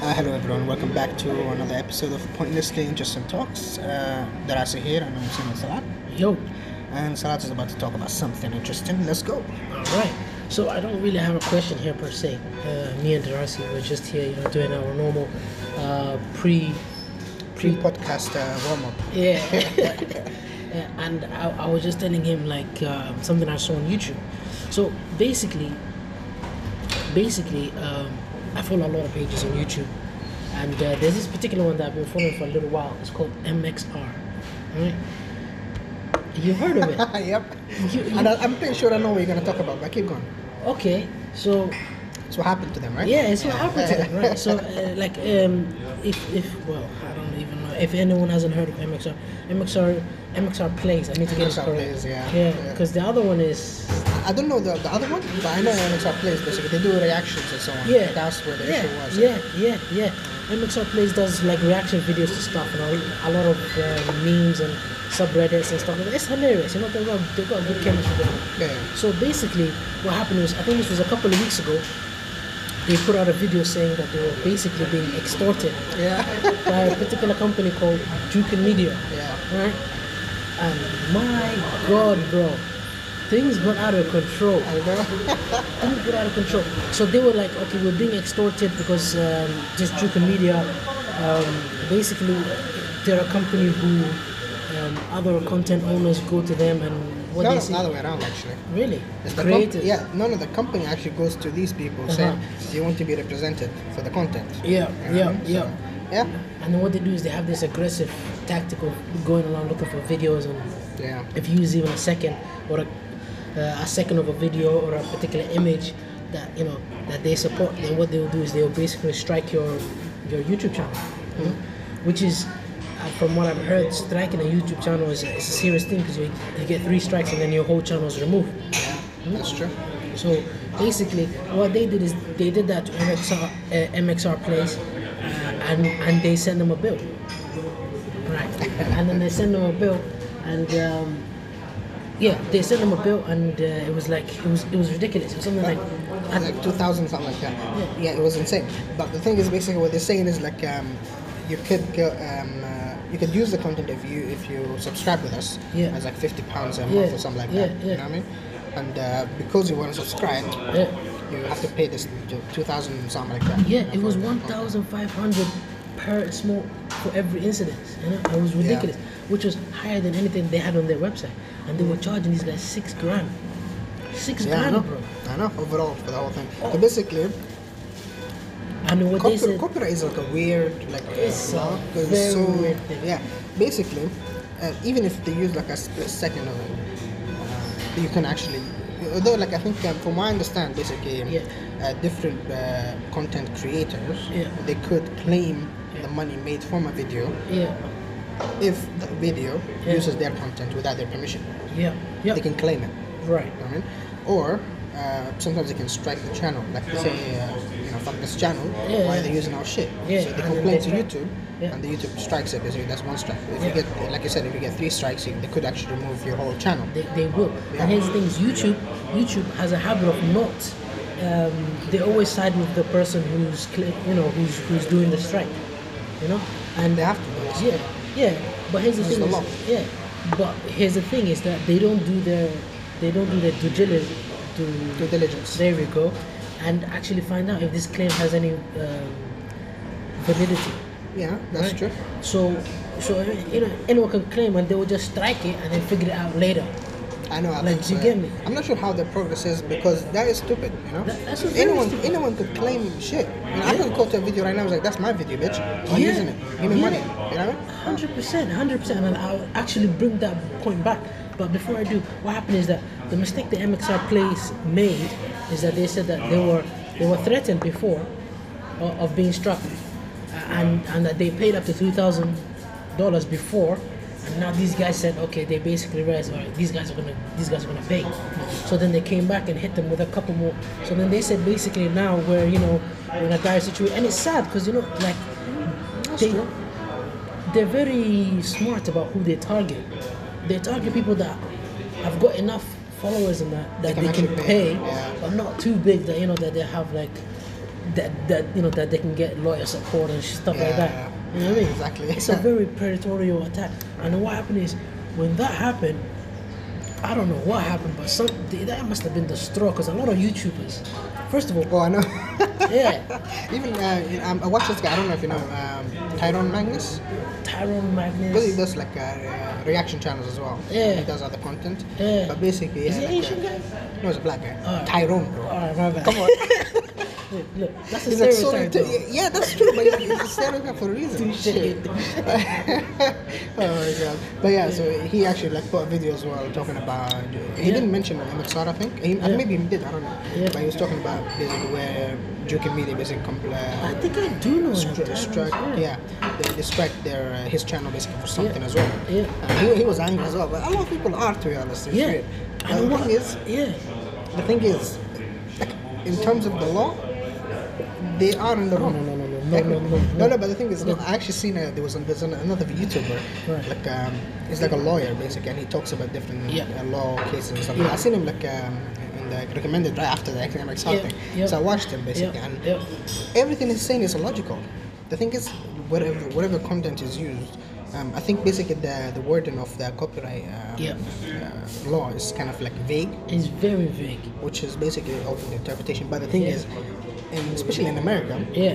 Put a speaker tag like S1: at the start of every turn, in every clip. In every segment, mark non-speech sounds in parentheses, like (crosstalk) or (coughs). S1: Ah, back to another episode of Pointlessly Interesting Talks. Uh, Darasa here, and I'm Simon Salat.
S2: Yo,
S1: And Salat is about to talk about something interesting. Let's go.
S2: all right. So I don't really have a question here per se. Uh, me and Darcy were just here, you know, doing our normal uh, pre
S1: Pre podcast uh, warm up. (laughs)
S2: Yeah. Yeah, and I, I was just telling him like uh, something I saw on YouTube. So basically, basically, um, I follow a lot of pages on YouTube, and uh, there's this particular one that I've been following for a little while. It's called MXR. Right? You heard of
S1: (laughs)
S2: it?
S1: yep.
S2: You- you-
S1: And I, I'm pretty sure I know what you're going to talk about, but keep going.
S2: okay. So
S1: It's what happened to them, right?
S2: Yeah, it's what happened to them, right? So, uh, like, um, if, if, well, I don't even know. If anyone hasn't heard of MXR, MXR, MXR plays. I need to get it
S1: MXR
S2: correct.
S1: plays, yeah, yeah.
S2: Yeah, because the other one is,
S1: I don't know the, the other one, but I know NXR plays basically. They do reactions and so on.
S2: yeah.
S1: That's where the
S2: yeah,
S1: issue was.
S2: Yeah, yeah, yeah. MXR plays does, like, reaction videos to stuff, and a, a lot of uh, memes and subreddits and stuff. It's hilarious, you know, they've got, they've got good chemistry going.
S1: Yeah.
S2: So basically, what happened was, I think this was a couple of weeks ago, they put out a video saying that they were basically being extorted
S1: Yeah.
S2: by a particular company called Duke Media,
S1: (laughs) yeah.
S2: right? And my God, bro, things got out of control.
S1: I know.
S2: Things got out of control. So they were like, okay, we're being extorted because um, this Duke Media, um, basically, they're a company who um, other content owners go to them and what
S1: no,
S2: they
S1: it's
S2: say.
S1: the other way around, actually.
S2: Really?
S1: It's the comp-
S2: Creators. Uh-huh.
S1: yeah, no, no, the company actually goes to these people saying, Do you want to be represented for the content? You know
S2: Yeah,
S1: what I
S2: yeah,
S1: mean? So,
S2: yeah.
S1: yeah.
S2: And then what they do is they have this aggressive tactical going around looking for videos and
S1: Yeah.
S2: if you use even a second or a, uh, a second of a video or a particular image that you know that they support, then what they will do is they will basically strike your your YouTube channel, you know? which is uh, from what I've heard, striking a YouTube channel is a, is a serious thing because you, you get three strikes and then your whole channel is removed.
S1: That's true.
S2: So basically, what they did is they did that to MXR, uh, MXR Place, uh, and and they sent them a bill, right? (laughs) and then they sent them a bill, and um, yeah, they sent them a bill, and uh, it was like it was it was ridiculous. It was something like,
S1: It's
S2: Mm-hmm.
S1: like 2000, something like that. Yeah. it was insane. But the thing is, basically, what they're saying is like, um, you could go, um, uh, you could use the content if you if you subscribe with us.
S2: Yeah.
S1: It's like 50 pounds a
S2: Yeah,
S1: month or something like
S2: yeah,
S1: that. You
S2: yeah.
S1: know what I mean? And uh, because you weren't subscribed,
S2: yeah,
S1: you have to pay this to 2000 something like that. you
S2: uh, yeah,
S1: know,
S2: it
S1: for
S2: was
S1: that
S2: one
S1: content.
S2: thousand five hundred per smoke for every incident. You know, it was ridiculous, which was higher than anything they had on their website, and they were charging these guys six grand, six
S1: Yeah, I know.
S2: grand, bro.
S1: I know. Overall, for the whole thing. So basically,
S2: And what
S1: Copy,
S2: they said,
S1: copyright is like a weird, like
S2: It's
S1: uh,
S2: a
S1: it's
S2: very
S1: so
S2: weird thing.
S1: yeah. Basically, uh, even if they use like a split second of it, uh, you can actually. Although, like I think, um, from what I understand, basically, um,
S2: Yeah.
S1: uh, different uh, content creators
S2: Yeah.
S1: they could claim the money made from a video
S2: yeah,
S1: if the video
S2: Yeah.
S1: uses their content without their permission.
S2: yeah, yeah,
S1: They can claim it.
S2: right.
S1: You know what I mean? Or uh, sometimes they can strike the channel, like they say, uh, you know, fuck this channel,
S2: Yeah,
S1: why are
S2: yeah.
S1: they using our shit?
S2: Yeah,
S1: so
S2: and
S1: they
S2: then
S1: complain
S2: they
S1: to
S2: try-
S1: YouTube,
S2: yeah.
S1: and the YouTube strikes it, basically, that's one strike. If you
S2: Yeah.
S1: get, like you said, if you get three strikes, you, they could actually remove your whole channel.
S2: They, they will.
S1: Yeah.
S2: And here's the thing: is YouTube, YouTube has a habit of not. Um, they always side with the person who's, cl- you know, who's who's doing the strike, you know, and
S1: They have to,
S2: Yeah, yeah. But here's the
S1: It's
S2: thing:
S1: the
S2: is-
S1: law.
S2: yeah. But here's the thing: is that they don't do their, they don't do their due diligence.
S1: due diligence.
S2: There we go, and actually find out if this claim has any um, validity.
S1: Yeah, that's
S2: Right.
S1: true.
S2: So, so you know, anyone can claim and they will just strike it and then figure it out later.
S1: I know. I
S2: Like,
S1: think
S2: you
S1: so,
S2: get
S1: yeah.
S2: me?
S1: I'm not sure how the progress is because that is stupid. You know,
S2: That- that's what's very
S1: anyone
S2: stupid.
S1: anyone could claim shit. You know, I could go to a video right now. and like, that's my video, bitch. I'm
S2: Yeah.
S1: using it. Give me
S2: Yeah.
S1: money. You know. What I mean?
S2: Hundred percent, hundred percent, and I'll actually bring that point back. But before I do, what happened is that the mistake the MXR Place made is that they said that they were they were threatened before o- of being struck, uh, and and that they paid up to three thousand dollars before, and now these guys said okay, they basically realized all right, these guys are gonna these guys are gonna pay, so then they came back and hit them with a couple more. So then they said basically now we're you know we're in a dire situation, and it's sad because you know like they they're very smart about who they target. They target people that have got enough followers and that, that
S1: They
S2: they
S1: can
S2: can
S1: actually pay,
S2: pay,
S1: yeah.
S2: but not too big that you know that they have like that that you know that they can get lawyer support and stuff like that.
S1: Yeah.
S2: You know what I mean?
S1: Exactly. (laughs)
S2: It's a very predatory attack. And what happened is when that happened, I don't know what happened, but some that must have been the straw because a lot of YouTubers, first of
S1: (laughs)
S2: all,
S1: Oh, I know.
S2: yeah,
S1: Even uh, um, I watched this guy. I don't know if you know um, Tyrone Magnus.
S2: Tyrone Magnus.
S1: Because he does like uh, uh, reaction channels as well.
S2: Yeah.
S1: He does other content.
S2: Yeah.
S1: But basically, yeah.
S2: Is he
S1: like,
S2: Asian
S1: uh,
S2: guy?
S1: No, he's a black guy.
S2: Oh.
S1: Tyrone, bro.
S2: Alright, my bad.
S1: Come on.
S2: Look, look, that's
S1: (laughs)
S2: a
S1: He's like so
S2: stereotype.
S1: into-
S2: though.
S1: yeah, yeah, that's true, but he's, he's a stereotype for a
S2: (laughs)
S1: reason.
S2: Touche.
S1: (laughs) oh my god! But yeah, so he actually like put a video as well talking about. He
S2: Yeah.
S1: didn't mention MXR, I think. He,
S2: Yeah.
S1: Maybe he did. I don't know.
S2: Yeah.
S1: But he was talking about basically where Duke and Media basically compl-
S2: I
S1: uh,
S2: think I do know him.
S1: stri-
S2: Tyrone,
S1: strike, yeah, they, they strike their uh, his channel basically for something as well.
S2: Yeah.
S1: Uh, he, he was angry as well, but a lot of people are to be honest. It's
S2: Yeah.
S1: weird. And
S2: I know
S1: the
S2: what-
S1: thing is,
S2: yeah.
S1: the thing is, like in terms of the law, they are in the wrong.
S2: no, no, no, no, no, no,
S1: no, no. But the thing is, no, I actually seen a, there was an, there's an, another YouTuber,
S2: Right.
S1: like um, he's like a lawyer basically, and he talks about different
S2: Yeah.
S1: uh, law cases and stuff.
S2: Yeah.
S1: I seen him like um, in the recommended right after the academic
S2: Yeah,
S1: something.
S2: yeah.
S1: So I watched him basically,
S2: Yeah,
S1: and
S2: yeah.
S1: everything he's saying is illogical. The thing is, whatever whatever content is used. Um, I think basically the, the wording of the copyright um,
S2: Yeah.
S1: uh, law is kind of like vague
S2: It's very vague.
S1: which is basically open interpretation. But the thing
S2: Yeah.
S1: is, in, especially in America,
S2: Yeah,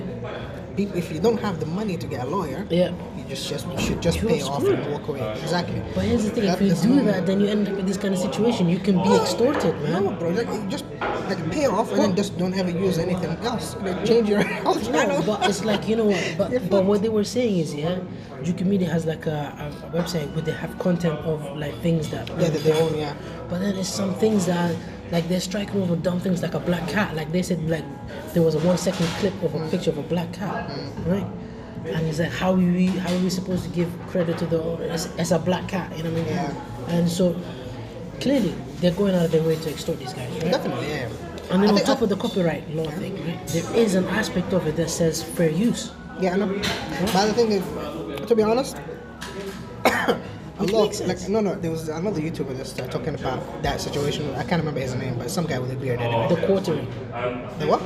S1: people, if you don't have the money to get a lawyer,
S2: yeah.
S1: you just, just you should just
S2: You're
S1: pay off
S2: screwed.
S1: and walk away. Exactly.
S2: But here's the thing: if
S1: That
S2: you
S1: is
S2: do
S1: not-
S2: that, then you end up in this kind of situation. You can be extorted, man.
S1: No, bro. Like, you just like pay off and then just don't ever use anything else. Like, change your (laughs) whole channel.
S2: No, but it's like you know
S1: (laughs)
S2: what. But, but what they were saying is, yeah, Juki Media has like a, a, a website where they have content of like things that
S1: yeah, that they own. Yeah.
S2: But then there's some things that are, like they're striking over dumb things like a black cat. Like they said, like there was a one second clip of a picture of a black cat, right? And it's like how are we how are we supposed to give credit to the as, as a black cat? You know what I mean?
S1: Yeah.
S2: And so clearly they're going out of their way to extort these guys, right?
S1: Definitely. Yeah.
S2: And then
S1: I
S2: on
S1: think-
S2: top of the copyright law thing, right, there is an aspect of it that says fair use.
S1: Yeah, I know. But the thing is, to be honest, (coughs) a
S2: Which
S1: lot
S2: makes
S1: like
S2: sense.
S1: no, no. There was another YouTuber that's uh, talking about that situation. I can't remember his name, but some guy with a beard anyway.
S2: The quartering,
S1: The what?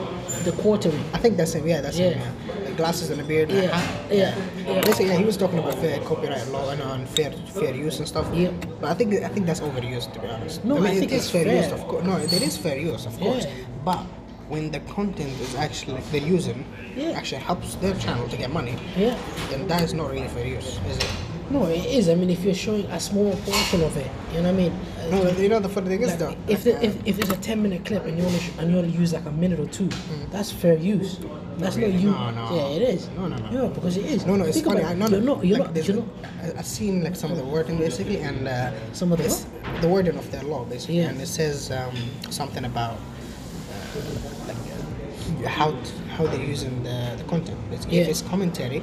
S2: the quartering.
S1: I think that's him. Yeah, that's him.
S2: Yeah.
S1: Yeah. The glasses and the beard.
S2: Yeah, yeah, yeah.
S1: Basically, yeah, he was talking about fair copyright law and unfair fair use and stuff.
S2: Yeah.
S1: But I think I think that's overused to be honest.
S2: No,
S1: I mean
S2: I think
S1: it is
S2: it's
S1: fair,
S2: fair.
S1: use of course. No, it is fair use of course.
S2: Yeah.
S1: But when the content is actually they're using
S2: Yeah.
S1: actually helps their channel to get money,
S2: Yeah.
S1: then that is not really fair use, is it?
S2: No, it is. I mean, if you're showing a small portion of it, you know what I mean.
S1: No, but you know the funny thing is
S2: Like,
S1: though.
S2: if,
S1: like,
S2: the, if if it's a ten minute clip and you only sh- and you only use like a minute or two, that's fair use. That's not
S1: really.
S2: you.
S1: Mm. No, no.
S2: Yeah, it is.
S1: No, no, no.
S2: Yeah, because it is.
S1: No, no, it's
S2: Think
S1: funny.
S2: about
S1: I,
S2: it.
S1: no, no,
S2: you're not. You're
S1: like,
S2: not.
S1: there's-
S2: You're not.
S1: I, I've seen like some of the wording basically, and uh,
S2: Some of the
S1: it's the wording of their law basically,
S2: Yeah.
S1: and it says um, something about uh, like uh, how how they're using the, the content. Basically. If
S2: Yeah.
S1: it's commentary,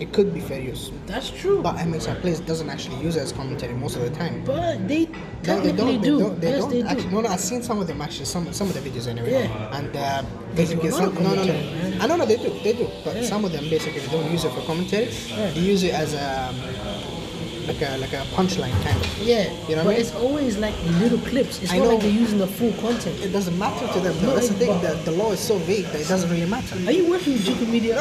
S1: it could be fair use,
S2: That's true.
S1: but MXR Place doesn't actually use it as commentary most of the time.
S2: But they
S1: No,
S2: technically
S1: don't.
S2: do.
S1: They don't. They
S2: yes,
S1: don't
S2: they
S1: actually,
S2: do.
S1: No, no. I've seen some of them actually. Some some of the videos anyway.
S2: Yeah.
S1: And uh,
S2: They do
S1: basically,
S2: a lot
S1: some,
S2: of
S1: no, no, no.
S2: commentary, man.
S1: I don't know. They do. They do. But
S2: Yeah.
S1: some of them basically don't use it for commentary.
S2: Yeah.
S1: They use it as a like a like a punchline kind of.
S2: Yeah,
S1: You know what I
S2: but
S1: mean?
S2: it's always like little clips. It's
S1: I
S2: not
S1: know.
S2: like they're using the full content.
S1: It doesn't matter to them.
S2: No,
S1: Though. That's the
S2: it-
S1: thing.
S2: but-
S1: The, the law is so vague that it doesn't really matter.
S2: Are you working with Juku
S1: (laughs)
S2: Media?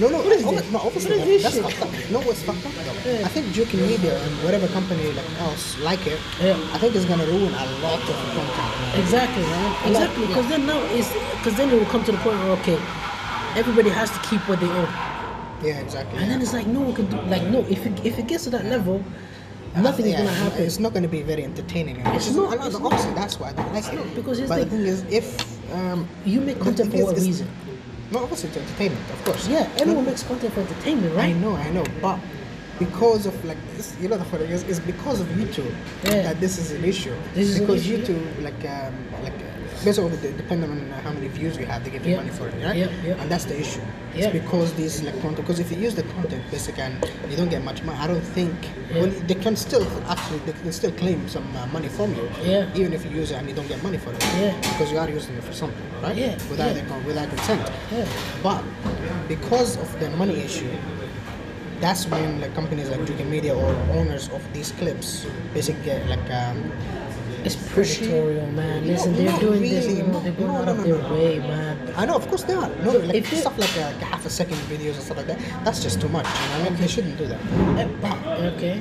S1: No, no,
S2: What is
S1: obvi-
S2: this?
S1: no, obviously
S2: What is
S1: that's
S2: this
S1: fucked
S2: shit?
S1: up. No, what's fucked up though.
S2: Yeah.
S1: I think Duke Media and whatever company like else like it,
S2: Yeah.
S1: I think it's gonna ruin a lot of content.
S2: Exactly, right? Exactly, because then now is because then it will come to the point where okay, everybody has to keep what they own,
S1: Yeah, exactly.
S2: and
S1: yeah.
S2: then it's like no one can do like no if it, if it gets to that level, nothing is
S1: Yeah,
S2: gonna happen.
S1: It's not going to be very entertaining. and which
S2: It's
S1: is
S2: not,
S1: I know
S2: it's
S1: the
S2: not.
S1: opposite. That's why I don't like it.
S2: because here's
S1: but
S2: the
S1: the thing is, if um,
S2: You make
S1: the
S2: content
S1: thing
S2: for
S1: is,
S2: what
S1: it's-
S2: reason?
S1: No, obviously it's entertainment, of course.
S2: Yeah, everyone
S1: No,
S2: makes content for entertainment,
S1: I
S2: right?
S1: know, I know, but because of like this, you know, the funny thing is, it's because of YouTube
S2: Yeah.
S1: that this is an issue.
S2: This is an
S1: because
S2: issue, yeah.
S1: YouTube, like, um, like uh, basically de- depending on how many views you have, they give you
S2: Yeah.
S1: money for it, right?
S2: Yeah, yeah.
S1: And that's the issue.
S2: Yeah.
S1: It's because these like content. Because if you use the content basically and you don't get much money, I don't think.
S2: Yeah.
S1: Well, they can still actually they can still claim some uh, money from you.
S2: Yeah.
S1: Even if you use it and you don't get money for it.
S2: Yeah.
S1: Because you are using it for something, right?
S2: Yeah,
S1: Without
S2: yeah.
S1: their con- without consent.
S2: Yeah.
S1: But because of the money issue, that's when like companies like Duke Media or owners of these clips basically get like um,
S2: It's It's predatory, man. Listen, they're
S1: not
S2: doing
S1: really,
S2: this. No,
S1: not-
S2: they're going
S1: no,
S2: out
S1: no,
S2: of
S1: no,
S2: their
S1: no.
S2: way, man.
S1: I know, of course they are. No, like
S2: if they-
S1: stuff like uh, half a second videos and stuff like that. That's just too much. You know, what I mean, they shouldn't do that.
S2: Eh, Okay.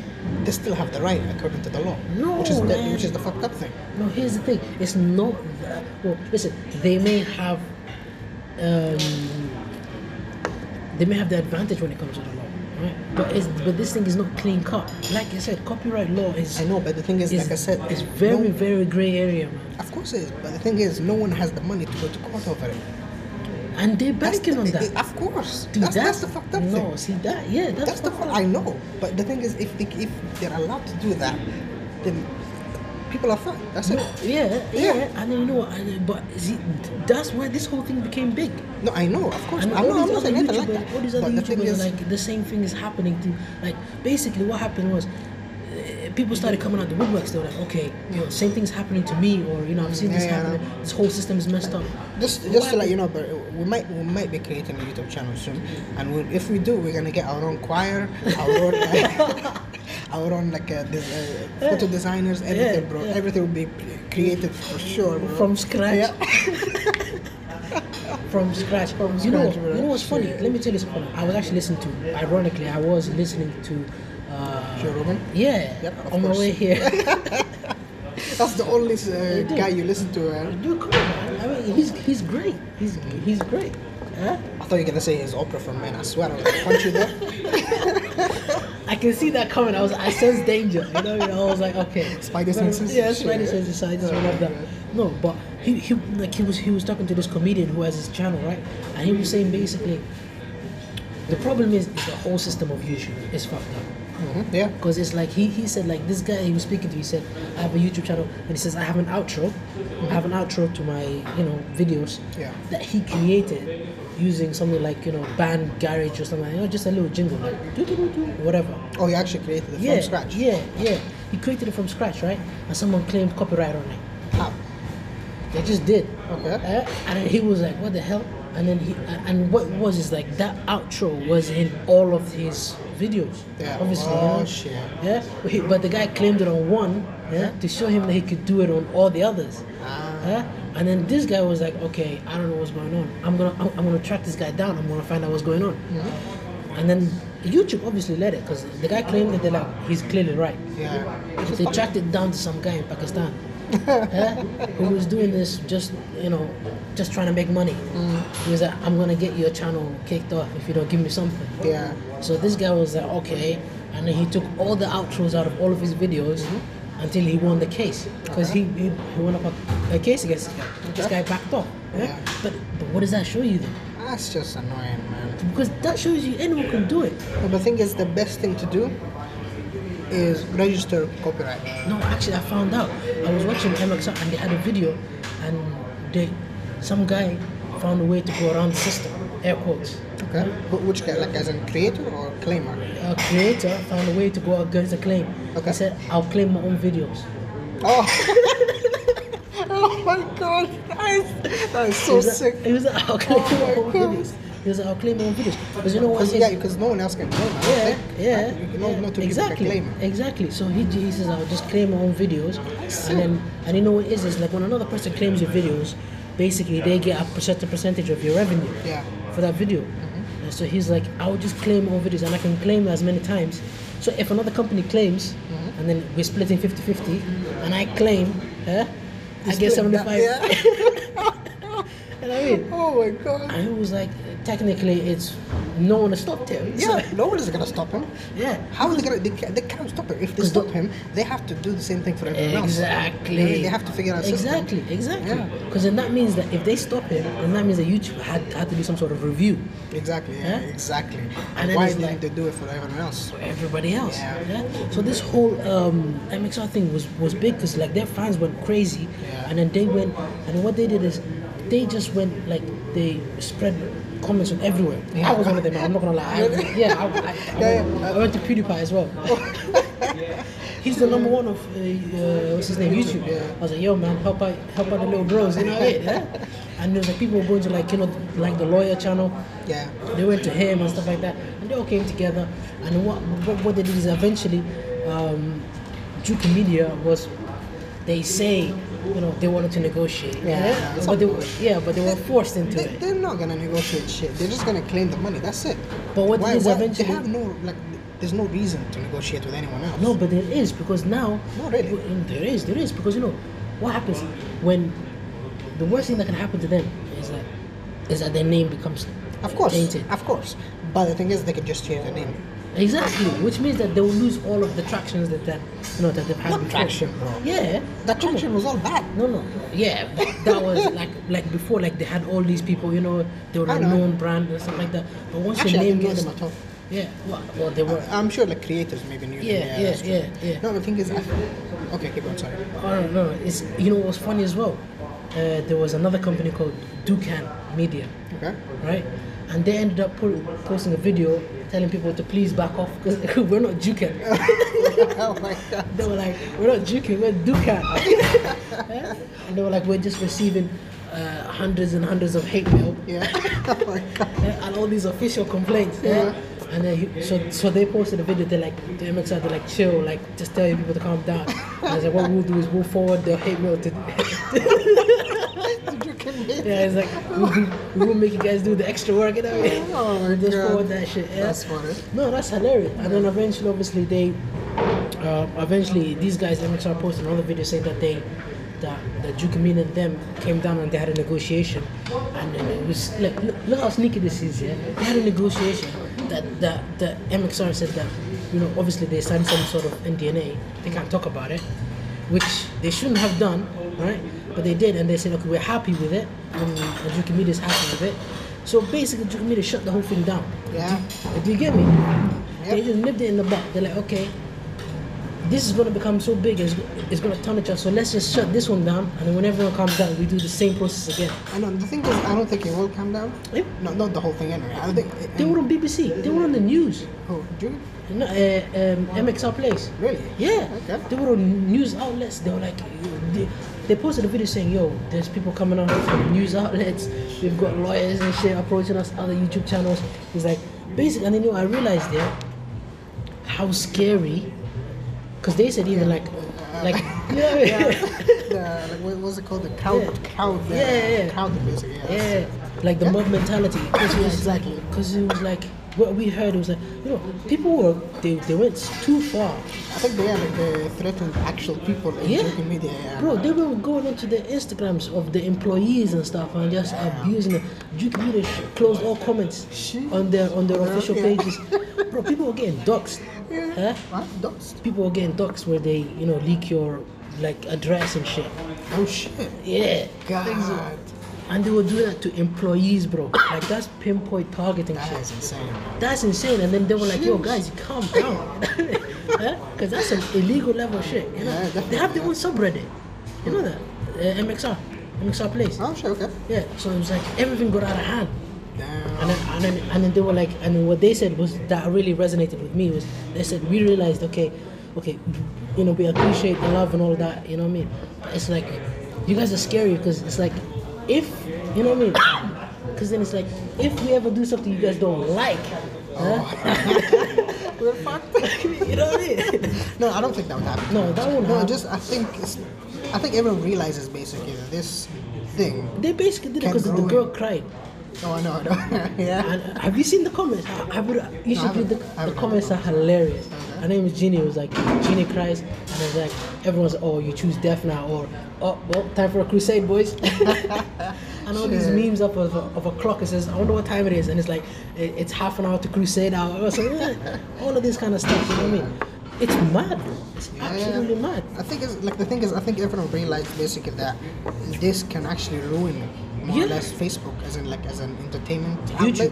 S1: They still have the right according to the law,
S2: No,
S1: which is the,
S2: man.
S1: which is the fucked up thing.
S2: No, here's the thing. It's not. That, well, listen. They may have. Um, they may have the advantage when it comes to the law, right? But it's but this thing is not clean cut. Like I said, copyright law is
S1: I know, but the thing is,
S2: is,
S1: like I said,
S2: is
S1: no-
S2: very very gray area, man.
S1: Of course it is, but the thing is, no one has the money to go to court over it.
S2: And they're
S1: That's
S2: banking
S1: the-
S2: on that.
S1: Of course,
S2: Dude,
S1: that's, that's the fucked up
S2: no,
S1: thing.
S2: see that? Yeah, that's,
S1: That's the
S2: fucked
S1: fun.
S2: up.
S1: I know, but the thing is, if they, if they're allowed to do that, then people are fine. That's it.
S2: Yeah,
S1: Yeah.
S2: yeah, and you know what? And, but see, that's why this whole thing became big.
S1: No, I know, of course.
S2: And
S1: I'm
S2: all
S1: not, I'm
S2: these
S1: not
S2: other
S1: saying anything like
S2: YouTubers,
S1: that.
S2: all these other
S1: but the thing
S2: YouTubers,
S1: is,
S2: are like the same thing is happening to, like, basically what happened was. uh, People started coming out the woodworks. They were like, "Okay, you know, same thing's happening to me, or you know, I've seen this
S1: Yeah, yeah, I
S2: happening. This whole system is messed up."
S1: just just to let you know, but we might we might be creating a YouTube channel soon, and we, if we do, we're gonna get our own choir, our own. (laughs) Uh, Our own like uh, this, uh, photo designers, everything, bro.
S2: yeah.
S1: Everything will be created for sure, bro.
S2: From scratch.
S1: Yeah.
S2: from scratch. you know,
S1: scratch, bro.
S2: you know what's funny? Let me tell you something. I was actually listening to, ironically, I was listening to, uh,
S1: Joe Rogan.
S2: yeah,
S1: Yep, of
S2: on my
S1: course.
S2: way here.
S1: (laughs) That's the only uh,
S2: do.
S1: guy you listen to. Uh,
S2: Dude, come on, man. I mean, he's he's great. He's he's great. Huh?
S1: I thought you were gonna say his opera from man. I swear, I'm gonna punch you there.
S2: I can see that coming. I was I sense danger. You know, you know, I was like, okay.
S1: Spider senses?
S2: Yeah, spider
S1: Sure.
S2: senses. So I just
S1: Oh,
S2: remember that.
S1: okay.
S2: No, but he, he like he was he was talking to this comedian who has his channel, right? And he was saying basically, the problem is, is the whole system of YouTube is fucked up.
S1: Mhm, Yeah.
S2: Because it's like he, he said like this guy he was speaking to he said I have a YouTube channel and he says I have an outro I have an outro to my you know videos
S1: Yeah.
S2: that he created using something like you know band garage or something you know just a little jingle like doo doo doo doo whatever
S1: Oh, he actually created it
S2: yeah
S1: from scratch.
S2: yeah yeah he created it from scratch right and someone claimed copyright on it
S1: How?
S2: they just did
S1: Ah. Okay.
S2: Uh, and then he was like what the hell and then he uh, and what it was is like that outro was in all of his videos
S1: Yeah.
S2: obviously you
S1: Oh,
S2: know?
S1: shit.
S2: Yeah, but, he, but the guy claimed it on one, yeah, to show him that he could do it on all the others.
S1: Ah.
S2: Yeah? And then this guy was like, okay, I don't know what's going on. I'm gonna, I'm, I'm gonna track this guy down. I'm gonna find out what's going on. And then YouTube obviously let it because the guy claimed that they're like, he's clearly right.
S1: Yeah.
S2: They tracked it down to some guy in Pakistan, yeah, who was doing this just, you know, just trying to make money. He was like, I'm gonna get your channel kicked off if you don't give me something.
S1: Yeah.
S2: So this guy was like, okay, and then he took all the outros out of all of his videos until he won the case because he, he he won up a, a case against this guy. This
S1: Okay.
S2: guy backed off. yeah?
S1: Yeah.
S2: But but what does that show you then?
S1: That's just annoying, man.
S2: Because that shows you anyone can do it.
S1: But the thing is, the best thing to do is register copyright.
S2: No, actually, I found out. I was watching MXR and they had a video, and they some guy found a way to go around the system. Air quotes.
S1: Okay. Wh- Which guy, like as a creator or claimer?
S2: A creator found a way to go against a claim.
S1: Okay.
S2: He said, "I'll claim my own videos."
S1: (laughs) Oh. oh my god, that is, that is so
S2: He was
S1: sick.
S2: He was like, I'll claim
S1: Oh my
S2: all
S1: God.
S2: videos. He was like, I'll claim all videos. Because you know what?
S1: Because yeah, because no one else can claim. I don't
S2: yeah,
S1: think.
S2: yeah,
S1: Like, you know,
S2: yeah,
S1: not two
S2: exactly,
S1: people can claim.
S2: exactly. So he, he says, I'll just claim my own videos, and then and you know what it is? It's like when another person claims your videos, basically they get a certain percentage of your revenue
S1: Yeah.
S2: for that video.
S1: Mm-hmm.
S2: And so he's like, I'll just claim all videos, and I can claim as many times. So if another company claims,
S1: Mm-hmm.
S2: and then we're splitting 50-50, and I claim, eh, I get
S1: Split
S2: seventy
S1: that-
S2: five. (laughs) You know what I mean?
S1: (laughs) Oh my god.
S2: And he was like, technically, it's no one has stopped him. So,
S1: Yeah, no one is gonna stop him.
S2: yeah.
S1: How are they gonna? They, ca- they can't stop him. If they
S2: Because the-
S1: stop him, they have to do the same thing for everyone else. You know,
S2: Exactly.
S1: They have to figure out. a system.
S2: Exactly, exactly.
S1: Yeah.
S2: Because then that means that if they stop him, then that means that YouTube had, had to do some sort of review
S1: Exactly. Yeah.
S2: Huh?
S1: Exactly.
S2: And then
S1: Why
S2: it's
S1: didn't
S2: like-
S1: they do it for everyone else?
S2: for everybody else.
S1: Yeah.
S2: So this whole um, MXR thing was, was big because like their fans went crazy,
S1: Yeah.
S2: and then they went, and what they did is they just went like they spread comments on everywhere.
S1: Yeah.
S2: I was one of them. I'm not gonna lie. I, yeah, I, I,
S1: (laughs)
S2: I,
S1: Yeah,
S2: I went to PewDiePie
S1: (laughs)
S2: as well. (laughs) He's the number one of uh, uh, what's his name YouTube. I was like, yo man, help out, help out the little bros, you know what
S1: (laughs)
S2: I mean? Yeah? And there's like people were going to like you know like the lawyer channel.
S1: Yeah.
S2: They went to him and stuff like that, and they all came together. And what what, what they did is eventually, um, Juke Media was they say, you know, they wanted to negotiate.
S1: Yeah,
S2: yeah?
S1: it's
S2: But they, were-
S1: bullshit.
S2: yeah, but they were forced into
S1: They,
S2: it.
S1: they're not gonna negotiate shit. They're just gonna claim the money. That's it.
S2: But what
S1: why,
S2: is
S1: why-
S2: eventually-
S1: They have no like. There's no reason to negotiate with anyone else.
S2: No, but there is because now.
S1: Not really.
S2: w- There is, there is because you know what happens when the worst thing that can happen to them is that is that their name becomes
S1: Of course.
S2: tainted.
S1: Of course. But the thing is, they could just change the name.
S2: Exactly, which means that they will lose all of the tractions that that you know that they've had
S1: What
S2: before.
S1: traction, bro?
S2: Yeah.
S1: That traction was all bad.
S2: No, no. Yeah, but
S1: (laughs)
S2: that was like like before. Like they had all these people, you know, they were
S1: I
S2: a
S1: know.
S2: known brand and stuff like that. But once
S1: Actually, I
S2: your name
S1: didn't know
S2: gets,
S1: them at all.
S2: yeah, well, well, they were.
S1: I'm sure like creators maybe knew. them.
S2: Yeah, yeah,
S1: that's true.
S2: yeah, yeah.
S1: No, the thing is, I, okay, keep on. Sorry.
S2: Oh no, no, it's you know what's funny as well. Uh, there was another company called Dukan Media,
S1: Okay.
S2: right? And they ended up po- posting a video telling people to please back off because (laughs) we're not Dukan.
S1: (laughs) (laughs) oh my god.
S2: They were like, we're not Dukan, (laughs) we're Dukan. and they were like, we're just receiving uh, hundreds and hundreds of hate mail
S1: Yeah. (laughs) oh my god.
S2: yeah, and all these official complaints. Yeah. And then he, so so they posted a video. They're like the MXR. They're like chill. Like just tell your people to calm down. And I was like, what we'll do is we'll forward the hate mail to (laughs)
S1: You can be-
S2: Yeah, it's like we do- we will make you guys do the extra work, you know.
S1: Oh my
S2: We'll just
S1: God.
S2: forward that shit. Yeah.
S1: That's funny.
S2: No, that's hilarious. And then eventually, obviously, they uh, eventually these guys MXR posted another video saying that they that that Jukamin and them came down and they had a negotiation, and then it was look, look, look how sneaky this is. Yeah, they had a negotiation that that the MXR said that you know obviously they signed some sort of NDNA. They can't talk about it which they shouldn't have done, right? But they did, and they said, okay, we're happy with it, and Juki Media is happy with it. So basically, Juki Media shut the whole thing down.
S1: Yeah.
S2: Do you get me? They
S1: Yep.
S2: just nipped it in the butt. They're like, okay, this is going to become so big, it's, it's going to turn each other, so let's just shut this one down, and then when everyone comes down, we do the same process again.
S1: I know. The thing is, I don't think it will come down.
S2: Yep.
S1: No, not the whole thing anyway. I don't think. It,
S2: They were on BBC, they were on the news,
S1: oh, Julie?
S2: you know, uh, um, MXR Place.
S1: Really? (laughs)
S2: Yeah.
S1: Okay.
S2: They were on news outlets. They were like, they, they posted a video saying, "Yo, there's people coming out from news outlets. We've got lawyers and shit approaching us, other YouTube channels." It's like basically, and then you know, I realized there how scary, because they said even like, like (laughs) yeah, yeah,
S1: the, like, what was it called? The crowd,
S2: Yeah.
S1: crowd, uh,
S2: Yeah, yeah, yeah.
S1: crowd music. Yeah. that's it.
S2: like the mob mentality. Because it was like,
S1: Exactly.
S2: because it was like what we heard was like, you know, people were they, they went too far.
S1: I think they are like they threatened actual people in
S2: Yeah.
S1: Turkey media. Yeah.
S2: Bro, they were going onto the Instagrams of the employees and stuff and just abusing them. Duke Media sh- closed all comments
S1: Shit.
S2: on their on their
S1: Yeah,
S2: official
S1: yeah. (laughs)
S2: pages. Bro, people were getting doxxed.
S1: Yeah.
S2: Huh?
S1: What? Dogs?
S2: People were getting doxxed where they, you know, leak your like address and shit.
S1: Oh shit!
S2: Yeah.
S1: God,
S2: And they were doing that to employees, bro. Like that's pinpoint targeting
S1: that
S2: shit.
S1: is insane.
S2: That's insane. And then they were like, yo,
S1: Jeez.
S2: guys, calm
S1: (laughs)
S2: down. (laughs) Because that's some illegal level shit. You know?
S1: Yeah, definitely,
S2: they have their own subreddit. You know that? Uh, MXR. MXR Place.
S1: Oh shit! Okay.
S2: Yeah, so it was like everything got out of hand.
S1: Damn.
S2: And then, and, then, and then they were like, and then what they said was that really resonated with me was they said, we realized, okay, okay, you know, we appreciate the love and all that, you know what I mean? But it's like, you guys are scary because it's like, if, you know what I mean? (coughs) Because then it's like, if we ever do something you guys don't like,
S1: Oh. (laughs)
S2: huh?
S1: We're
S2: (laughs)
S1: fucked.
S2: you know what I mean?
S1: (laughs) no, I don't think that would happen.
S2: No, that uh, won't
S1: No,
S2: happen.
S1: just I think it's, I think everyone realizes basically that this thing.
S2: They basically did it
S1: Can
S2: because the
S1: grow
S2: girl
S1: it.
S2: cried.
S1: Oh, I know, I know. (laughs) yeah.
S2: And uh, have you seen the comments? I, I would, uh, you
S1: No, I
S2: should read the,
S1: haven't. I
S2: the
S1: haven't
S2: comments are
S1: read
S2: hilarious. Her name is Jeannie. It was like Jeannie cries, and it's like everyone's oh you choose death now or oh well time for a crusade boys. (laughs) and all these
S1: Shit.
S2: memes up of a, of a clock. It says I wonder what time it is, and it's like it, it's half an hour to crusade hour. (laughs) Or something. Yeah, all of this kind of stuff. You know what I mean? It's mad. It's
S1: Yeah, yeah.
S2: absolutely mad.
S1: I think it's like the thing is I think everyone realized basically that this can actually ruin more or
S2: Yeah.
S1: less Facebook as in like as an entertainment
S2: YouTube,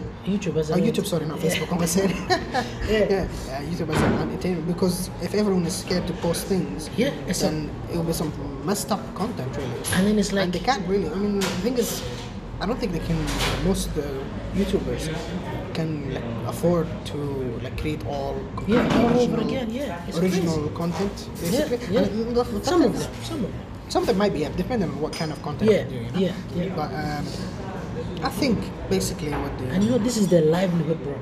S1: outlet.
S2: YouTube as
S1: Oh,
S2: in-
S1: YouTube, sorry, not Facebook. I'm
S2: (laughs)
S1: saying,
S2: Yeah.
S1: yeah, yeah, YouTube as an entertainment because if everyone is scared to post things,
S2: Yeah, it's a-
S1: then it will be some messed up content really.
S2: And then it's
S1: and
S2: like
S1: they can't really. I mean, the thing is, I don't think they can. Most uh, YouTubers can like afford to like create all
S2: Yeah, all over
S1: original-
S2: again, yeah. It's
S1: original content.
S2: yeah,
S1: Basically.
S2: yeah.
S1: And the- the
S2: Some
S1: thing
S2: of
S1: is,
S2: them, some of them.
S1: Something might be up, depending on what kind of content
S2: Yeah,
S1: you do. You know?
S2: yeah, yeah.
S1: But um, I think basically what they.
S2: And you know, this is their livelihood, bro.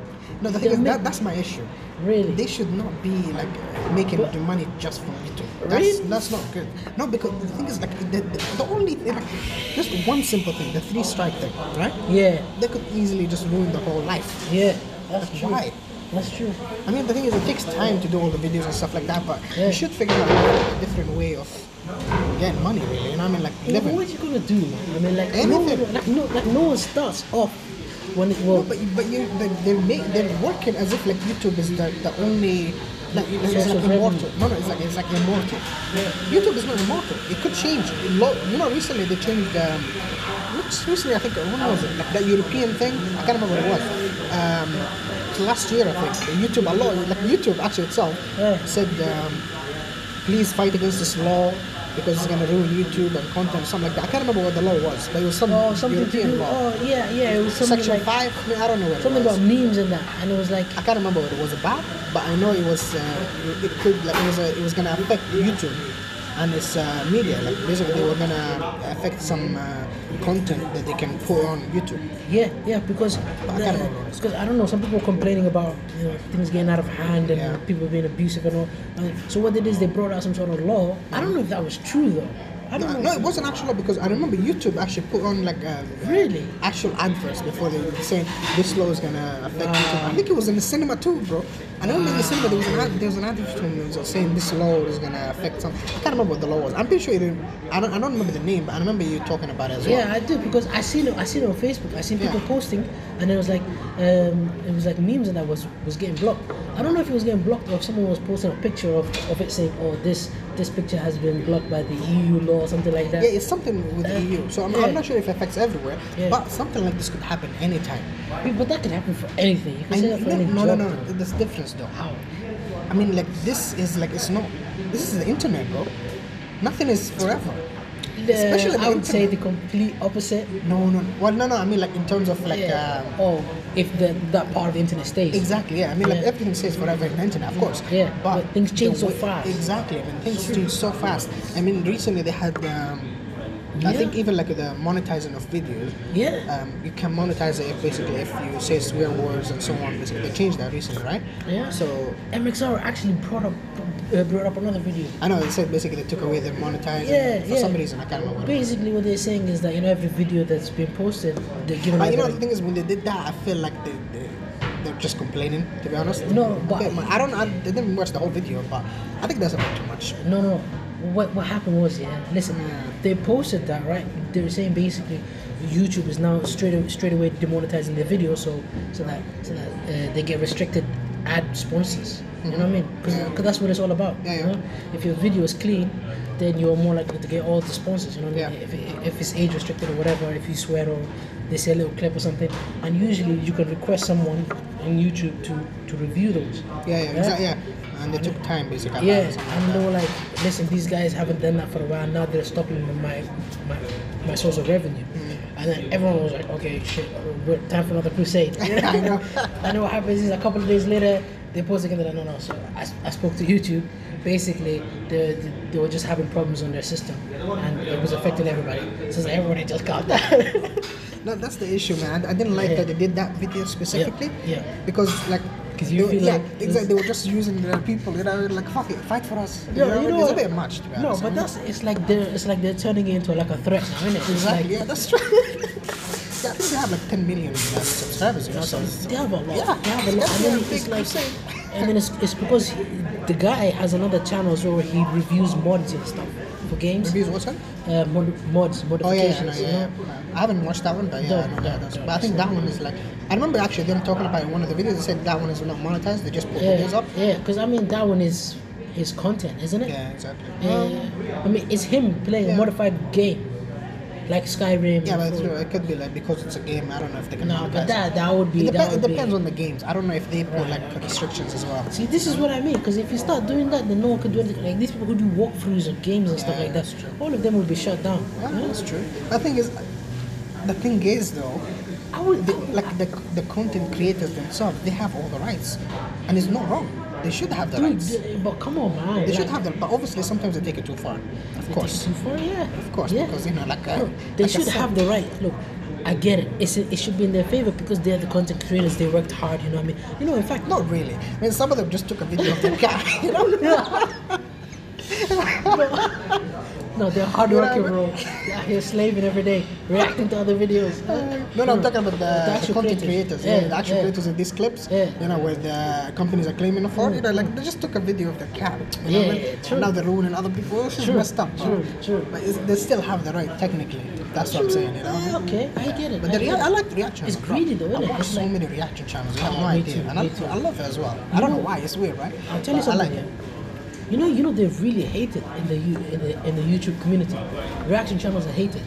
S1: No, the thing is
S2: They're
S1: that,
S2: ma-
S1: that's my issue.
S2: Really?
S1: They should not be like making
S2: But-
S1: the money just for me to. That's
S2: Really?
S1: that's not good. No, because the thing is like the, the, the only thing, like, just one simple thing, the three strike thing, right?
S2: yeah,
S1: They could easily just ruin the whole life.
S2: yeah. That's true.
S1: Why?
S2: That's true.
S1: I mean, the thing is, it takes time to do all the videos and stuff like that, but
S2: Yeah.
S1: you should figure out a different way of getting money, really. You know what I mean? Like
S2: Yeah, but
S1: living.
S2: what are you gonna do? I mean, like no,
S1: Anything.
S2: one, like no, like no one starts off when it
S1: No,
S2: well,
S1: but but you they they're, make, they're working as if like YouTube is the, the only like it's
S2: Source
S1: like
S2: of
S1: immortal. No, no, it's like it's like immortal. YouTube is not immortal. It could change. It Lo- you know, recently they changed. Um, which- recently, I think when was it? Like that European thing. I can't remember what it was. Um, it was last year, I think. YouTube a lot. Like YouTube actually itself
S2: Yeah.
S1: said, um, please fight against this law. Because it's gonna ruin YouTube and content, something like that. I can't remember what the law was, but it was some
S2: oh something
S1: European
S2: to do.
S1: law.
S2: Oh yeah, yeah. It was something
S1: Section
S2: like
S1: five, I, mean, I don't know what
S2: something
S1: it was.
S2: about memes and that, and it was like
S1: I can't remember what it was about, but I know it was uh, it could like it was uh, it was gonna affect YouTube and its uh, media. Like basically, they were gonna affect some uh, content that they can put on YouTube.
S2: Yeah, yeah, because
S1: I can't remember.
S2: because I don't know. Some people complaining about you know things getting out of hand and
S1: Yeah.
S2: people being abusive and all. And so what they did is they brought out some sort of law. I don't know if that was true though. I don't
S1: No, no,
S2: know.
S1: it wasn't actual because I remember YouTube actually put on like uh,
S2: Really?
S1: actual adverts before they were saying this law is gonna affect YouTube. I think it was in the cinema too, bro. I know in the cinema there was an ad, there was an advertisement that was saying this law is gonna affect something. I can't remember what the law was. I'm pretty sure it didn't, I don't I don't remember the name, but I remember you talking about it as well.
S2: Yeah, I do because I seen it. I seen it on Facebook. I seen people
S1: Yeah.
S2: posting, and it was like, um, it was like memes and that was was getting blocked. I don't know if it was getting blocked or if someone was posting a picture of, of it saying, "Oh, this this picture has been blocked by the EU law" or something like that.
S1: Yeah, it's something with the EU. So I'm, I'm
S2: yeah.
S1: not sure if it affects everywhere,
S2: Yeah.
S1: but something like this could happen anytime.
S2: But that could happen for anything. You can
S1: I,
S2: say that for
S1: no,
S2: any
S1: no, no,
S2: job.
S1: no. There's difference though.
S2: How?
S1: I mean, like this is like it's not. This is the internet, bro. Nothing is forever.
S2: The-
S1: Especially the
S2: I would say the
S1: internet.
S2: complete opposite.
S1: No, no. Well, no, no. I mean, like in terms of like.
S2: yeah.
S1: Um,
S2: oh, if the, that part of the internet stays.
S1: Exactly, yeah. I mean, like
S2: Yeah.
S1: everything stays forever in the internet, of course.
S2: Yeah, but things change
S1: the
S2: so
S1: way-
S2: fast.
S1: Exactly, I mean, things change so fast. I mean, recently they had, um, I
S2: Yeah.
S1: think, even like the monetizing of videos.
S2: Yeah.
S1: Um, you can monetize it if basically if you say swear words and so on. Basically, they changed that recently, right?
S2: Yeah.
S1: So
S2: MXR actually brought up uh, brought up another video.
S1: I know they said basically they took away their monetizing
S2: Yeah,
S1: for
S2: yeah.
S1: some reason. I can't remember. What it was.
S2: Basically, what they're saying is that you know every video that's been posted, they're giving.
S1: But you
S2: away
S1: know
S2: the-
S1: the thing is, when they did that, I feel like they, they they're just complaining. To be honest.
S2: No, but-
S1: They- I don't. I they didn't watch the whole video, but I think that's a bit too much.
S2: No, no. What what happened was yeah. Listen,
S1: Yeah.
S2: they posted that right. They were saying basically, YouTube is now straight straight away demonetizing their video, so so that so that uh, they get restricted ad sponsors. You know what I mean? Because that's what it's all about.
S1: Mm. Yeah,
S2: you
S1: yeah.
S2: know? If your video is clean, then you're more likely to get all the sponsors. You know what I mean?
S1: Yeah.
S2: If, it- if it's age restricted or whatever, if you swear or they say a little clip or something, and usually you can request someone on YouTube to to review those.
S1: Yeah, yeah, exactly. Yeah, uh, and they took time basically.
S2: Yeah,
S1: Like,
S2: and they were like, listen, these guys haven't done that for a while. Now they're stopping my my, my source of revenue.
S1: Mm.
S2: And then everyone was like, okay, shit, we're time for another
S1: (laughs)
S2: crusade.
S1: I know.
S2: and then what happens is a couple of days later, they post again. They're like, no, no. So I, I spoke to YouTube. Basically, they, they, they were just having problems on their system, and it was affecting everybody. So it's like everybody just got (laughs) that.
S1: No, that's the issue, man. I, I didn't like
S2: Yeah.
S1: that they did that video specifically.
S2: yeah.
S1: Because like.
S2: 'Cause you
S1: they,
S2: feel
S1: yeah,
S2: like this-
S1: exactly. They were just using the people. You know, like fuck it, fight for us.
S2: Yeah, you know
S1: it's a
S2: what?
S1: bit much. To be
S2: no,
S1: honest. I
S2: but
S1: mean,
S2: that's it's like they're it's like they're turning it into like a threat now, isn't it? It's like,
S1: exactly. yeah, that's true. (laughs) yeah, I think they have like 10 million uh, subscribers. You know, so it's-
S2: They have a lot.
S1: Yeah,
S2: they have a lot.
S1: that's
S2: And then
S1: what I
S2: it's
S1: think
S2: like,
S1: I'm saying.
S2: and then it's, it's because he, the guy has another channel where he reviews mods and stuff for games.
S1: reviews what's that?
S2: Uh, mod, mods,
S1: Oh yeah, yeah,
S2: modifications.
S1: no,
S2: you
S1: yeah,
S2: know?
S1: yeah. I haven't watched that one, but yeah, I
S2: No,
S1: know that.
S2: no,
S1: that's-
S2: no,
S1: but I think that one is like. I remember actually them talking about it in one of the videos. They said that one is not monetized. They just put videos
S2: yeah,
S1: up.
S2: yeah. Because I mean, that one is his content, isn't it?
S1: Yeah, exactly.
S2: Yeah. I mean, it's him playing
S1: Yeah.
S2: a modified game, like Skyrim.
S1: Yeah, but it's, it could be like because it's a game. I don't know if they can.
S2: no,
S1: monetize
S2: but
S1: it.
S2: that that would be
S1: It,
S2: that
S1: depe- it
S2: would be-
S1: depends on the games. I don't know if they put like restrictions as well.
S2: See, this is what I mean, because if you start doing that, then no one can do anything. Like these people who do walkthroughs of games and stuff
S1: Yeah,
S2: like
S1: that's
S2: that,
S1: true.
S2: all of them will be shut down.
S1: Yeah,
S2: you know?
S1: that's true. The thing is, the thing is though,
S2: I would,
S1: the, like the, the content creators themselves, they have all the rights, and it's not wrong. They should have the
S2: dude,
S1: rights.
S2: d- but come on, man.
S1: They
S2: like,
S1: should have the, but obviously sometimes they take it too far. Of
S2: they
S1: course,
S2: take too far, yeah.
S1: of course,
S2: yeah.
S1: because you know, like uh,
S2: Look, they
S1: like I
S2: should
S1: said-
S2: have the right. Look, I get it. It's, it should be in their favor because they're the content creators. They worked hard. You know what I mean? You know, in fact,
S1: Not really. I mean, some of them just took a video of the (laughs) car. You know?
S2: no, they're
S1: You know what I
S2: hardworking,
S1: mean?
S2: bro. (laughs) They're out here slaving every day, reacting to other videos.
S1: (laughs) No, no, I'm talking about the, the
S2: actual
S1: content
S2: creators.
S1: creators.
S2: Yeah,
S1: Yeah, the actual
S2: yeah.
S1: creators of these clips.
S2: Yeah.
S1: You know, where the companies are claiming it for. You know, like they just took a video of the cat. You know,
S2: Yeah,
S1: what I mean?
S2: yeah,
S1: And
S2: true.
S1: Now they're ruining other people. It's just
S2: True,
S1: messed up. bro.
S2: true, true.
S1: But it's, they still have the right, technically. That's what I'm saying. You know.
S2: Yeah, Oh, okay, I get it.
S1: But
S2: I
S1: the
S2: get
S1: rea-
S2: it.
S1: I like the reaction.
S2: It's
S1: bro.
S2: greedy though, isn't
S1: I
S2: it?
S1: watch
S2: It's
S1: so
S2: like-
S1: many reaction channels. You have
S2: Oh,
S1: no
S2: me
S1: idea.
S2: too,
S1: and I,
S2: me too.
S1: I love it as well. I don't know why. It's weird, right?
S2: I'll tell you
S1: But I
S2: something.
S1: like it.
S2: yeah. You know, you know, they're really hated in the, you- in the in the YouTube community. Reaction channels are hated.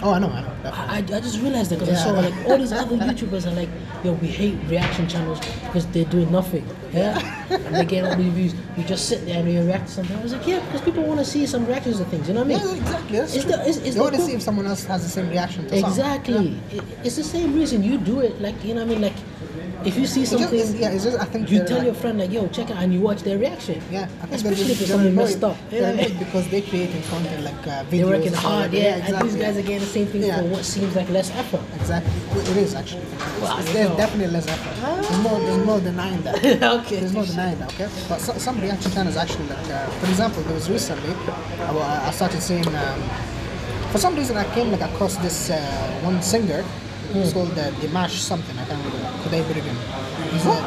S1: Oh, I know. I know. Definitely.
S2: I, I I just realized that because I
S1: Yeah.
S2: saw like all these
S1: (laughs)
S2: other YouTubers are like, yo, we hate reaction channels because they're doing nothing. Yeah, and they get all these views. We just sit there and we react to something. I was like, yeah, because people want to see some reactions to things. You know what I mean?
S1: Yeah, exactly. That's
S2: It's
S1: true.
S2: the- it's- it's
S1: you want
S2: the-
S1: to see if someone else has the same reaction to something.
S2: Exactly. It, it's the same reason you do it. Like you know what I mean? Like if you see
S1: It's just,
S2: something,
S1: it's, yeah, it's just I think
S2: you
S1: they're
S2: tell
S1: like-
S2: your friend like, yo, check it, out," and you watch their reaction.
S1: Yeah, I think they're
S2: especially
S1: just
S2: if it's
S1: they're
S2: something
S1: annoyed.
S2: messed up. You know
S1: They're
S2: what I mean?
S1: annoyed because they creating content like uh, videos.
S2: They're working
S1: and stuff
S2: hard,
S1: like-
S2: yeah, and
S1: exactly.
S2: these guys are getting the same thing
S1: Yeah.
S2: for what seems like less effort. (laughs)
S1: Exactly, it is actually.
S2: Wow,
S1: It's-
S2: you
S1: there's
S2: know.
S1: definitely less effort. There's no, there's no denying that.
S2: (laughs) okay.
S1: There's no denying that. Okay, but so, some reaction channels actually like, uh, for example, there was recently I, wa- I started seeing. Um, for some reason, I came like across this uh, one singer. It's
S2: Hmm.
S1: called uh, Dimash something. I can't remember. Kudai Bergen. He's a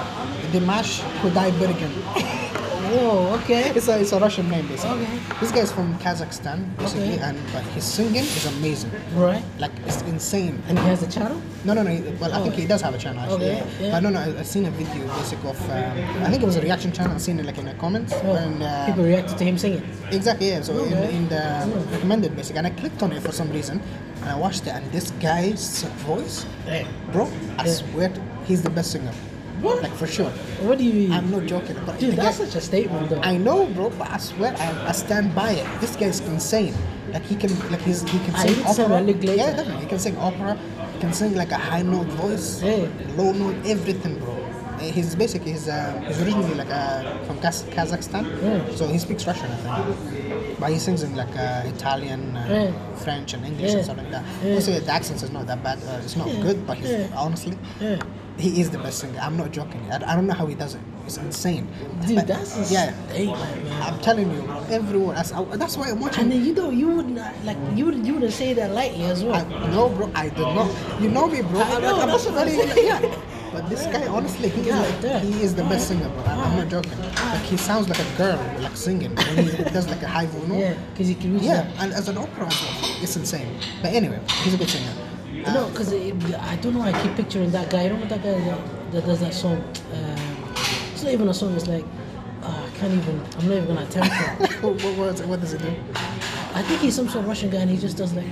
S1: Dimash Kudai Bergen.
S2: Whoa, Oh,
S1: (laughs)
S2: okay.
S1: It's a, it's a Russian name basically.
S2: Okay.
S1: This guy's from Kazakhstan basically,
S2: Okay.
S1: and but his singing is amazing.
S2: Right.
S1: Like it's insane.
S2: And he has a channel?
S1: No, no, no. he- Well, I think he does have a channel actually.
S2: Okay,
S1: yeah.
S2: yeah.
S1: But no, no. I, I seen a video basically of. Um, I think it was a reaction channel. I seen it like in the comments
S2: Oh,
S1: and. Uh,
S2: people reacted to him singing.
S1: Exactly, yeah. So in,
S2: Okay.
S1: in the recommended basically, and I clicked on it for some reason, and I watched it, and this guy's voice,
S2: Hey.
S1: bro, I
S2: Yeah.
S1: swear to- he's the best singer.
S2: What?
S1: Like for sure.
S2: What do you mean?
S1: I'm not joking. But
S2: Dude,
S1: the guy-
S2: that's such a statement though.
S1: Um, I know, bro, but I swear I, I stand by it. This guy's insane. Like he can, like he's, he can
S2: I
S1: sing
S2: need some
S1: opera.
S2: relic later.
S1: Yeah, definitely. He can sing opera. He can sing like a high note voice,
S2: Yeah.
S1: low note, everything, bro. Uh, He's basically he's, uh, he's originally like uh, from Kaz- Kazakhstan,
S2: Yeah.
S1: so he speaks Russian, I think. But he sings in like uh, Italian, uh,
S2: Yeah.
S1: French, and English
S2: Yeah.
S1: and stuff like that. Also, the accent is not that bad. Uh, it's not
S2: Yeah.
S1: good, but he's,
S2: Yeah.
S1: honestly,
S2: Yeah.
S1: he is the best singer. I'm not joking. I, I don't know how he does it. It's insane.
S2: Dude,
S1: But-
S2: that's a
S1: yeah.
S2: statement, man.
S1: I'm telling you, everyone. That's, I- that's why I'm watching.
S2: And then you know you would not like you would you wouldn't say that lightly as well.
S1: I, no, bro, I did not. You know me, bro.
S2: I
S1: I'm
S2: know,
S1: not- I'm
S2: that's
S1: not
S2: what I'm
S1: really-
S2: saying.
S1: yeah. But this guy, honestly, he is,
S2: Yeah,
S1: like,
S2: yeah.
S1: he is the best singer, bro. I, I'm not joking. Like he sounds like a girl, like singing when he (laughs) does like a high vocal.
S2: yeah, because you can reach
S1: Yeah,
S2: that.
S1: and as an opera, as well, it's insane. But anyway, he's a good singer. (laughs) Uh,
S2: no, because I don't know. I keep picturing that guy. You know what that guy uh, that, that does that song? Um, it's not even a song. It's like uh, I can't even. I'm not even gonna attempt
S1: (laughs)
S2: that.
S1: what, what, what does he do?
S2: I think he's some sort of Russian guy, and he just does like.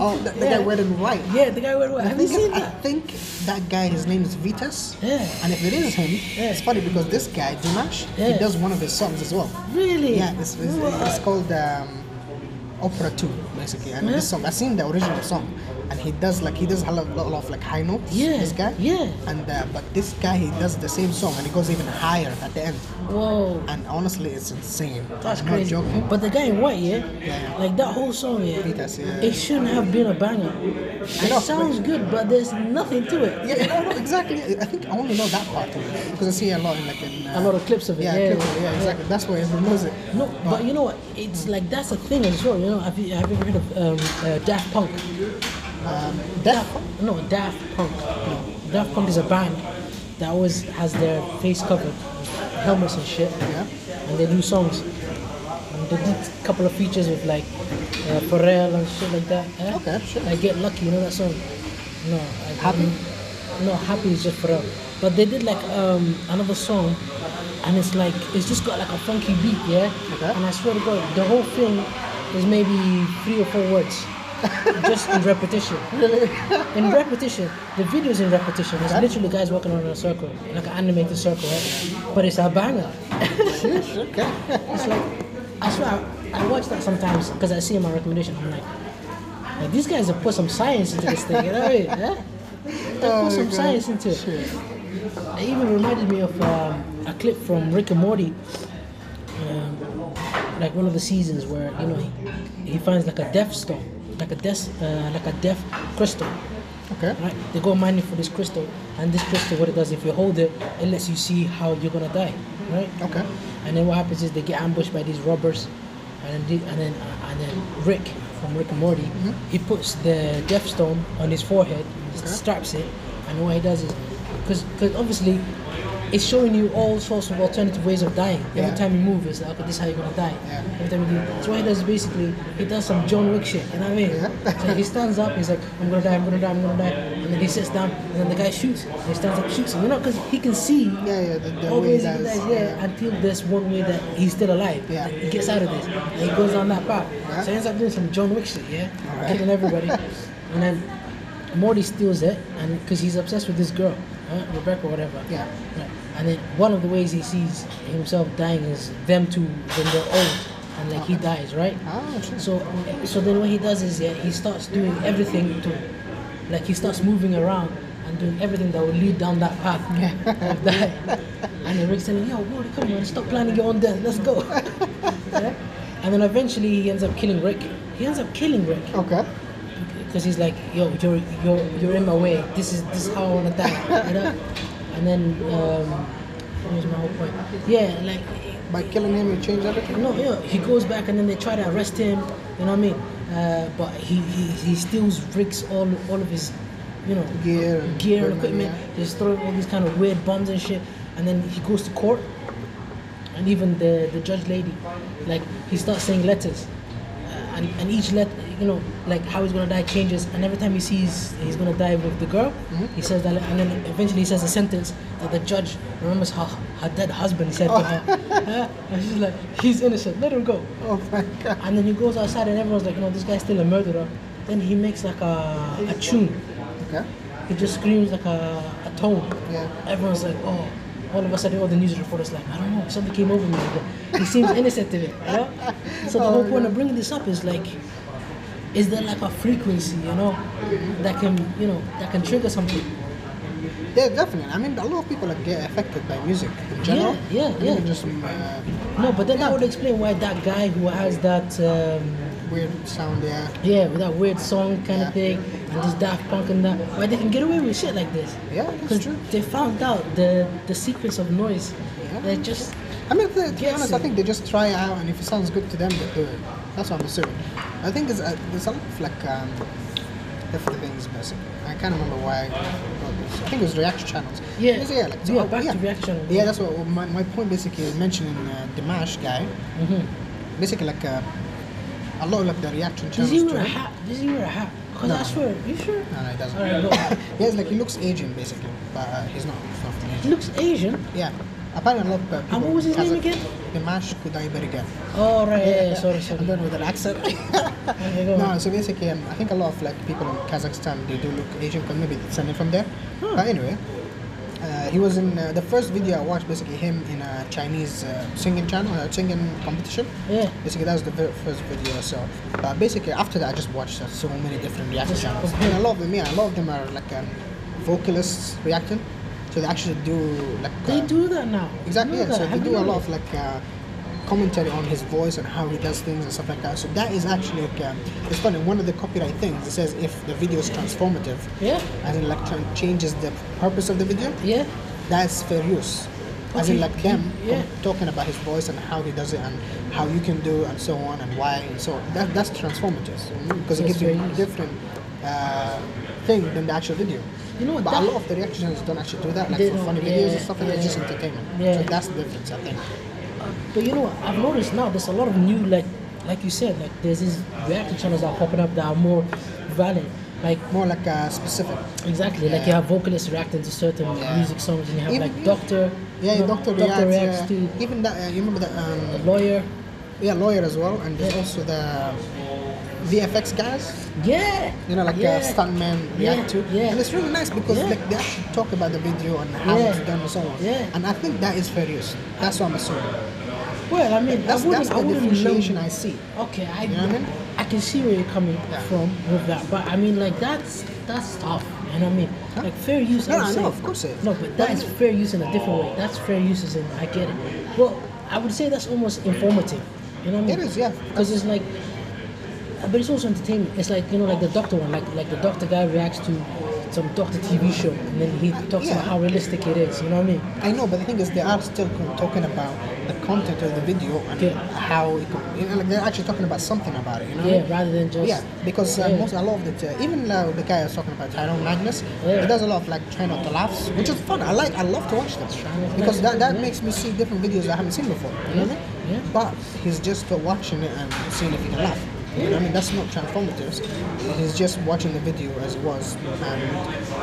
S1: Oh, the, the guy wearing white.
S2: Yeah, the guy wearing white.
S1: I
S2: Have you
S1: think,
S2: seen
S1: I
S2: that?
S1: think that guy, his name is Vitas.
S2: Yeah.
S1: And if it is him,
S2: Yeah.
S1: it's funny because this guy, Dimash,
S2: Yeah.
S1: he does one of his songs as well.
S2: Really?
S1: Yeah, it's, it's, it's called um, Opera 2, basically. And this song, I've seen the original song. And he does like, he does a lot, lot, lot of like high notes.
S2: Yeah,
S1: This guy.
S2: yeah.
S1: And uh, but this guy, he does the same song and he goes even higher at the end.
S2: Whoa,
S1: And honestly, it's insane.
S2: that's
S1: I'm
S2: crazy.
S1: Not joking.
S2: But the guy in white, yeah,
S1: Yeah.
S2: like that whole song, yeah,
S1: Vitas, yeah.
S2: it shouldn't have been a banger.
S1: I know,
S2: It sounds good, but there's nothing to
S1: (laughs)
S2: it.
S1: Yeah, no, no, exactly. I think I only know that part of it because I see a lot in like in, uh,
S2: A lot of clips of it,
S1: Yeah,
S2: yeah,
S1: clips of it, yeah,
S2: yeah.
S1: exactly. That's why everyone knows it.
S2: No, but you know what? It's like that's a thing as well. You know, have you, have you ever heard of um, uh, Daft Punk?
S1: Um, that
S2: No, Daft Punk. No. Daft Punk is a band that always has their face covered, helmets and shit.
S1: Yeah. (laughs)
S2: And they do songs. And they did a couple of features with like uh, Pharrell and shit like that. eh?
S1: Okay, sure.
S2: Like Get Lucky, you know that song? No. I-
S1: Happy?
S2: No, Happy is just Pharrell. But they did like um, another song and it's like, it's just got like a funky beat, yeah?
S1: Okay.
S2: And I swear to God, the whole thing is maybe three or four
S1: (laughs)
S2: words. just in repetition.
S1: really.
S2: In repetition, the video's in repetition. It's literally guys walking around in a circle, like an animated circle, right? But it's a banger.
S1: Sheesh, okay.
S2: It's like, I swear, I, I watch that sometimes because I see in my recommendation. I'm like, like, these guys have put some science into this thing, you know what I mean? Yeah? They
S1: Oh
S2: put
S1: my
S2: some
S1: God.
S2: science into it.
S1: Shit.
S2: It even reminded me of um, a clip from Rick and Morty, um, like one of the seasons where you know he, he finds like a Death Star, like a death, uh, like a death crystal.
S1: Okay.
S2: Right? They go mining for this crystal, and this crystal, what it does, if you hold it, it lets you see how you're gonna die, right?
S1: Okay.
S2: And then what happens is they get ambushed by these robbers, and then the- and then and then Rick from Rick and Morty,
S1: Mm-hmm.
S2: he puts the Death Stone on his forehead, straps it, and what he does is, because because obviously. It's showing you all sorts of alternative ways of dying. Every
S1: Yeah.
S2: time you move, it's like, okay, this is how you're gonna die.
S1: Yeah.
S2: Every time you do. So what he does is basically, he does some John Wick shit, you know what I mean?
S1: Yeah.
S2: so he stands up, he's like, I'm gonna die, I'm gonna die, I'm gonna die. And then he sits down, and then the guy shoots. And he stands up, shoots him, you know, because he can see
S1: Yeah, yeah, the, the way
S2: always
S1: he does.
S2: yeah, until there's one way that he's still alive.
S1: Yeah.
S2: He gets out of this. And he goes down that path.
S1: Yeah.
S2: So he ends up doing some John Wick shit, yeah?
S1: Alright.
S2: Killing everybody.
S1: (laughs)
S2: and then Morty steals it and because he's obsessed with this girl, huh? Rebecca or whatever.
S1: Yeah.
S2: Right. And then one of the ways he sees himself dying is them two when they're old and like he dies, right?
S1: Ah, interesting.
S2: So, so then what he does is yeah, he starts doing everything to, like he starts moving around and doing everything that will lead down that path of that. And then Rick's telling, him, yo, Morty, come on, stop planning your own death, let's go. Yeah? And then eventually he ends up killing Rick. He ends up killing Rick
S1: Okay.
S2: because he's like, yo, you're, you're, you're in my way. This is this is how I want to die. You know? And then, um, what was my whole point? Yeah, like
S1: By killing him, you change everything.
S2: no, yeah, he goes back and then they try to arrest him. You know what I mean? Uh, but he, he, he steals Rick's all all of his, you know,
S1: Gear,
S2: gear
S1: equipment,
S2: and equipment.
S1: yeah.
S2: He's throwing all these kind of weird bombs and shit. And then he goes to court, and even the the judge lady, like he starts saying letters, uh, and and each letter, you know, like how he's gonna die changes. And every time he sees he's gonna die with the girl,
S1: Mm-hmm.
S2: he says that, and then eventually he says a sentence that the judge remembers her her dead husband said
S1: (laughs)
S2: to her. (laughs) Huh? and she's like, he's innocent, let him go.
S1: Oh my god.
S2: And then he goes outside, and everyone's like, no, this guy's still a murderer. Then he makes like a, a tune.
S1: Okay.
S2: He just screams like a, a tone.
S1: Yeah.
S2: Everyone's like, oh. All of a sudden, all the news reporters like, I don't know, something came over me. But he seems innocent to me. You know?
S1: (laughs)
S2: So the
S1: Oh,
S2: whole point of bringing this up is like, is there like a frequency, you know, that can, you know, that can trigger something?
S1: Yeah, definitely. I mean, a lot of people like, get affected by music in general.
S2: yeah,
S1: Maybe
S2: yeah.
S1: Just some uh,
S2: No, but then that would explain why that guy who has that. Um,
S1: weird sound. Yeah.
S2: Yeah, with that weird song kind
S1: Yeah.
S2: of thing, and this Daft Punk and that, where they can get away with shit like this.
S1: Yeah, that's
S2: 'Cause
S1: true.
S2: They found out the the sequence of noise.
S1: Yeah.
S2: They're just
S1: I mean, to, to be
S2: Yes,
S1: honest,
S2: sir.
S1: I think they just try out, and if it sounds good to them, they do it. That's what I'm assuming. I think there's a, there's a lot of like um, different things basically. I can't remember why. I got this. I think it was reaction channels.
S2: Yeah.
S1: Because, yeah, like, so-
S2: Yeah, back to
S1: yeah.
S2: reaction channels.
S1: Yeah, that's what well, my, my point basically is mentioning uh, Dimash guy.
S2: Mhm.
S1: Basically, like uh, a lot of like the reaction
S2: Does
S1: channels.
S2: he wear
S1: to
S2: a
S1: it.
S2: hat? Does he wear a hat? Cause I
S1: No.
S2: swear, you sure?
S1: No, no, he doesn't.
S2: Alright, go.
S1: (laughs) yeah, it's like he looks Asian basically, but uh, he's not. He's not from
S2: He
S1: Asia.
S2: looks Asian.
S1: Yeah. Apparently, a lot of uh, people.
S2: what was his name
S1: Kazakh-
S2: again?
S1: Dimash Kudai Berigan.
S2: Oh right, yeah, yeah, sorry, sorry.
S1: I'm done with an accent.
S2: (laughs) Okay, go
S1: no,
S2: on.
S1: so basically, um, I think a lot of like people in Kazakhstan they do look Asian, because maybe descended from there.
S2: Hmm.
S1: But anyway, uh, he was in uh, the first video I watched. Basically, him in a Chinese uh, singing channel, uh, singing competition.
S2: Yeah.
S1: Basically, that was the very first video I saw. But basically, after that, I just watched uh, so many different reaction
S2: Just
S1: channels.
S2: compare.
S1: And a lot of them, yeah, a lot of them are like um, vocalists reacting. So they actually do like
S2: They
S1: um,
S2: do that now.
S1: Exactly.
S2: You know
S1: Yeah. So
S2: that.
S1: they
S2: Have
S1: do
S2: you
S1: a
S2: know
S1: lot of like uh, commentary on his voice and how he does things and stuff like that. So that is actually like um, it's funny. One of the copyright things it says if the video is transformative,
S2: that? Yeah,
S1: as in like tran- changes the purpose of the video,
S2: yeah.
S1: that's fair use. As in
S2: Okay,
S1: like them
S2: yeah.
S1: com- talking about his voice and how he does it and how you can do and so on and why and so on. That, that's transformative because it
S2: That's
S1: gives you
S2: fair use.
S1: different uh, thing than the actual video.
S2: You know
S1: But
S2: that-
S1: a lot of the reactions don't actually do that, like
S2: They
S1: for
S2: don't,
S1: funny
S2: yeah,
S1: videos and stuff like that,
S2: yeah.
S1: it's just entertainment.
S2: Yeah.
S1: So that's the difference, I think.
S2: But you know, what? I've noticed now there's a lot of new like like you said like there's these reaction channels that are popping up that are more valid. Like
S1: More like uh, specific.
S2: Exactly, like you have vocalists reacting to certain
S1: Yeah.
S2: music songs, and you have
S1: Even-
S2: like Doctor,
S1: Yeah,
S2: you know,
S1: Doctor,
S2: Doctor
S1: reacts.
S2: reacts
S1: yeah. Even that, uh, you remember that?
S2: to
S1: Um,
S2: Lawyer.
S1: yeah, lawyer as well, and there's also the VFX guys.
S2: Yeah,
S1: you know, like
S2: yeah.
S1: uh, stuntmen
S2: Yeah,
S1: react to.
S2: yeah.
S1: And it's really nice because
S2: Yeah.
S1: like they actually talk about the video and how
S2: Yeah.
S1: it's done and so on.
S2: Yeah.
S1: And I think that is fair use. That's what I'm assuming.
S2: Well, I mean,
S1: That's,
S2: I wouldn't,
S1: that's the
S2: I wouldn't
S1: differentiation
S2: know.
S1: I see.
S2: Okay, I,
S1: You know what I mean?
S2: I can see where you're coming
S1: Yeah.
S2: from with that, but I mean, like that's that's tough. You know what I mean?
S1: Huh?
S2: Like fair use.
S1: No,
S2: I would
S1: no,
S2: say-
S1: no, of course it is.
S2: No, but
S1: But
S2: that is
S1: it-
S2: fair use in a different way. That's fair use as in I get it. Well, I would say that's almost informative. You know what I mean?
S1: It is, yeah.
S2: Because it's like but it's also entertainment. It's like you know, like the doctor one, like like the doctor guy reacts to some doctor TV show, and then he talks
S1: Yeah.
S2: about how realistic it is. You know what I mean?
S1: I know, but the thing is, they are still con- talking about the content of the video and
S2: Yeah.
S1: how it, could- you know, like they're actually talking about something about it. You know, what I
S2: Yeah,
S1: mean?
S2: rather than just
S1: Uh-huh. yeah, because uh,
S2: Yeah.
S1: most a lot of the uh, even uh, the guy I was talking about Tyrone Magnus,
S2: Yeah.
S1: he does a lot of like trying out the laughs, which is fun. I like, I love to watch them
S2: out the
S1: because that, that
S2: laughs,
S1: makes me see different videos I haven't seen before. You know what I mean?
S2: Yeah.
S1: But he's just uh, watching it and seeing if he can laugh. You know what I mean, that's not transformative. He's just watching the video as it was, and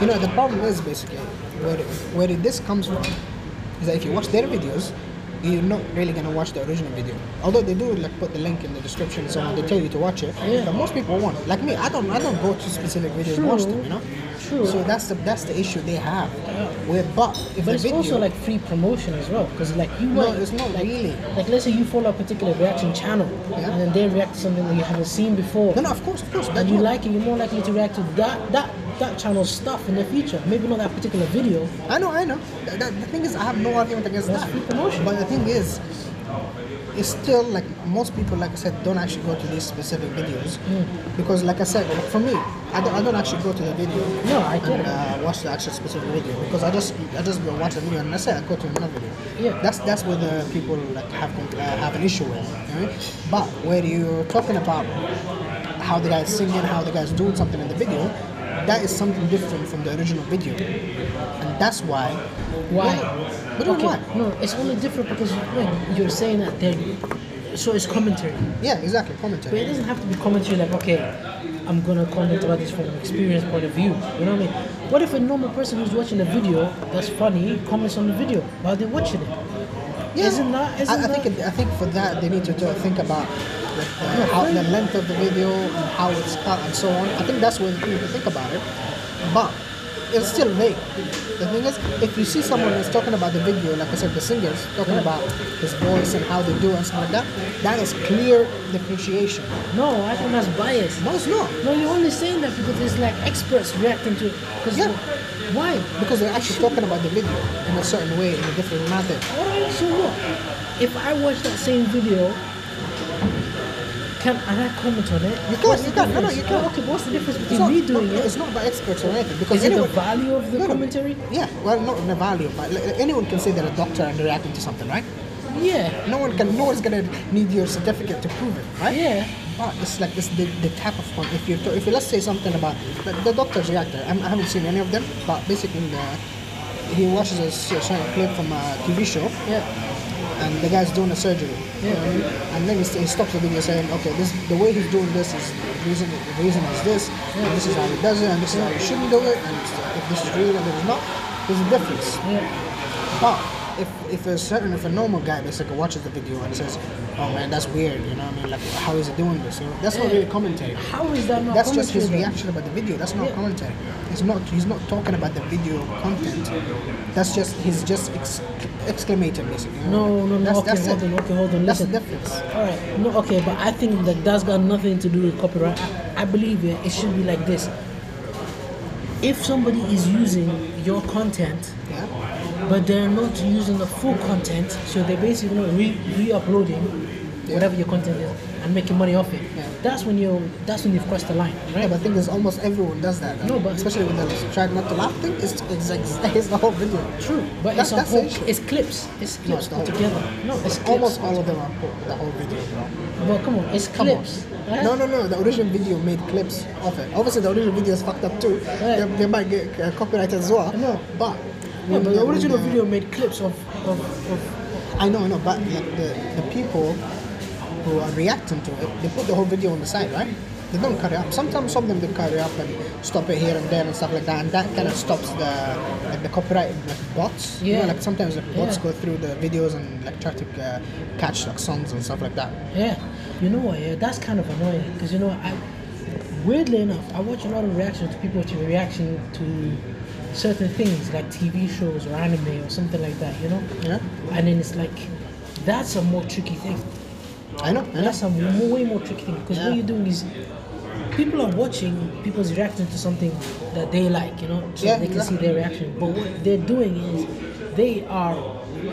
S1: you know the problem is basically where where this comes from is that if you watch their videos. You're not really gonna watch the original video, although they do like put the link in the description, so they tell you to watch it.
S2: Yeah.
S1: But most people won't. Like me, I don't. I don't go to specific videos and
S2: True.
S1: watch them. You know.
S2: True.
S1: So that's the that's the issue they have. Where but if the
S2: But it's
S1: video,
S2: also like free promotion as well, because like you
S1: No,
S2: might-
S1: it's not
S2: like,
S1: really.
S2: Like let's say you follow a particular reaction channel,
S1: Yeah.
S2: and then they react to something that you haven't seen before,
S1: no, no, of course, of course.
S2: and
S1: they
S2: you
S1: do.
S2: like it, you're more likely to react to that that that channel's stuff in the future. Maybe not that particular video.
S1: I know, I know. The, the- the thing is, I have no argument against
S2: That's
S1: that.
S2: free promotion.
S1: But the thing is, it's still like most people, like I said, don't actually go to these specific videos
S2: Hmm.
S1: because, like I said, like, for me, I don't, I don't actually go to the video.
S2: No, I get
S1: and,
S2: it.
S1: uh, watch the actual specific video because I just I just go watch the video and I say I go to another video.
S2: Yeah.
S1: That's that's where the people like have con- uh, have an issue with. you know? But where you're talking about how the guy's singing, how the guy's doing something in the video, that is something different from the original video, and that's why.
S2: Why?
S1: We don't
S2: okay.
S1: why.
S2: No, it's only different because you- like, you're saying that they so it's commentary.
S1: Yeah, exactly.
S2: But
S1: Commentary.
S2: it doesn't have to be commentary like, okay, I'm gonna comment about this from an experience point of view. You know what I mean? What if a normal person who's watching a video that's funny comments on the video while they're watching it?
S1: Yeah.
S2: Isn't that? Isn't
S1: I, I
S2: that?
S1: think it, I think for that they need to do, think about like, the, how, the length of the video and how it's cut and so on. I think that's where you need to think about it. But it's still vague. The thing is, if you see someone that's talking about the video, like I said, the singers talking
S2: Yeah.
S1: about his voice and how they do and stuff like that, that is clear differentiation.
S2: no, I think that's bias.
S1: No, it's not.
S2: No, you're only saying that because it's like experts reacting to it. 'Cause
S1: Yeah.
S2: Why?
S1: Because they're actually talking about the video in a certain way, in a different manner.
S2: Alright, so what? If I watch that same video, can and I comment on it?
S1: You can't,
S2: What's
S1: you
S2: the
S1: can't. No, no,
S2: difference?
S1: you can't.
S2: Okay, what's the difference
S1: It's
S2: between
S1: not,
S2: me doing
S1: no,
S2: it?
S1: It's not about experts or anything. Because
S2: Is it the
S1: anyone-
S2: value of the
S1: No, no.
S2: commentary?
S1: Yeah, well, not in a value, but like, anyone can say they're a doctor and reacting to something, right?
S2: Yeah.
S1: No one can. No one's gonna need your certificate to prove it, right?
S2: Yeah.
S1: But it's like it's the, the type of one. If you to- if you let's say something about the, the doctor's reactor, I'm, I haven't seen any of them, but basically the, he watches a, s- certain clip from a TV show,
S2: Yeah.
S1: and the guy's doing a surgery.
S2: Yeah.
S1: Um, and then he, st- he stops the video saying, okay, this the way he's doing this is the reason, the reason is this, and this is how he does it, and this is how he shouldn't do it, and it's- if this is real and if it's not, there's a difference.
S2: Yeah.
S1: But if, if a certain, if a normal guy basically watches the video and says, oh man, that's weird, you know what I mean? Like, how is he doing this? You know, that's not
S2: Yeah.
S1: really commentary.
S2: How is that not
S1: That's just his
S2: commentary?
S1: reaction about the video. That's not
S2: Yeah.
S1: commentary. He's not. He's not talking about the video content. That's just. He's just ex- exclamating basically.
S2: No, no, no.
S1: That's,
S2: okay,
S1: that's
S2: hold
S1: it.
S2: on. Okay, hold on.
S1: That's the
S2: Listen.
S1: difference.
S2: All right. No, okay, but I think that that's got nothing to do with copyright. I, I believe it. It should be like this. If somebody is using your content,
S1: Yeah.
S2: but they're not using the full content, so they're basically not re- re-uploading whatever your content is and making money off it.
S1: Yeah.
S2: That's when you. That's when you've crossed the line, right?
S1: Yeah, but I think there's almost everyone does that.
S2: No, but-
S1: especially with the try not to laugh thing, it's it's, like, (laughs) it's the whole video.
S2: True, but
S1: That's-
S2: it's a
S1: that's the
S2: whole,
S1: issue.
S2: it's clips, it's
S1: No,
S2: clips
S1: it's not.
S2: put together. No, it's clips.
S1: Almost all of them are po- the whole video. Bro.
S2: Well, come on, it's
S1: Come
S2: clips.
S1: on.
S2: right?
S1: No, no, no. The original video made clips of it. Obviously, the original video is fucked up too. They, they might get uh, copyright as well.
S2: No.
S1: but
S2: Yeah, but the
S1: when
S2: original
S1: the-
S2: video made clips of, of, of
S1: I know, I know, but like the, the people who are reacting to it, they put the whole video on the side, right? They don't cut it up. Sometimes some of them they cut it up and stop it here and there and stuff like that, and that kind of stops the like the copyright like bots. You know,
S2: Yeah.
S1: like sometimes the bots
S2: Yeah.
S1: go through the videos and like try to uh, catch like songs and stuff like that.
S2: yeah. You know what? Yeah, that's kind of annoying because you know I weirdly enough I watch a lot of reactions to people to reaction to certain things like TV shows or anime or something like that. You know,
S1: Yeah,
S2: and then it's like that's a more tricky thing.
S1: I know. I know.
S2: That's a mo- way more tricky thing because
S1: Yeah.
S2: what you're doing is people are watching people's reaction to something that they like, you know, so
S1: Yeah,
S2: they can
S1: exactly.
S2: see their reaction. But what they're doing is they are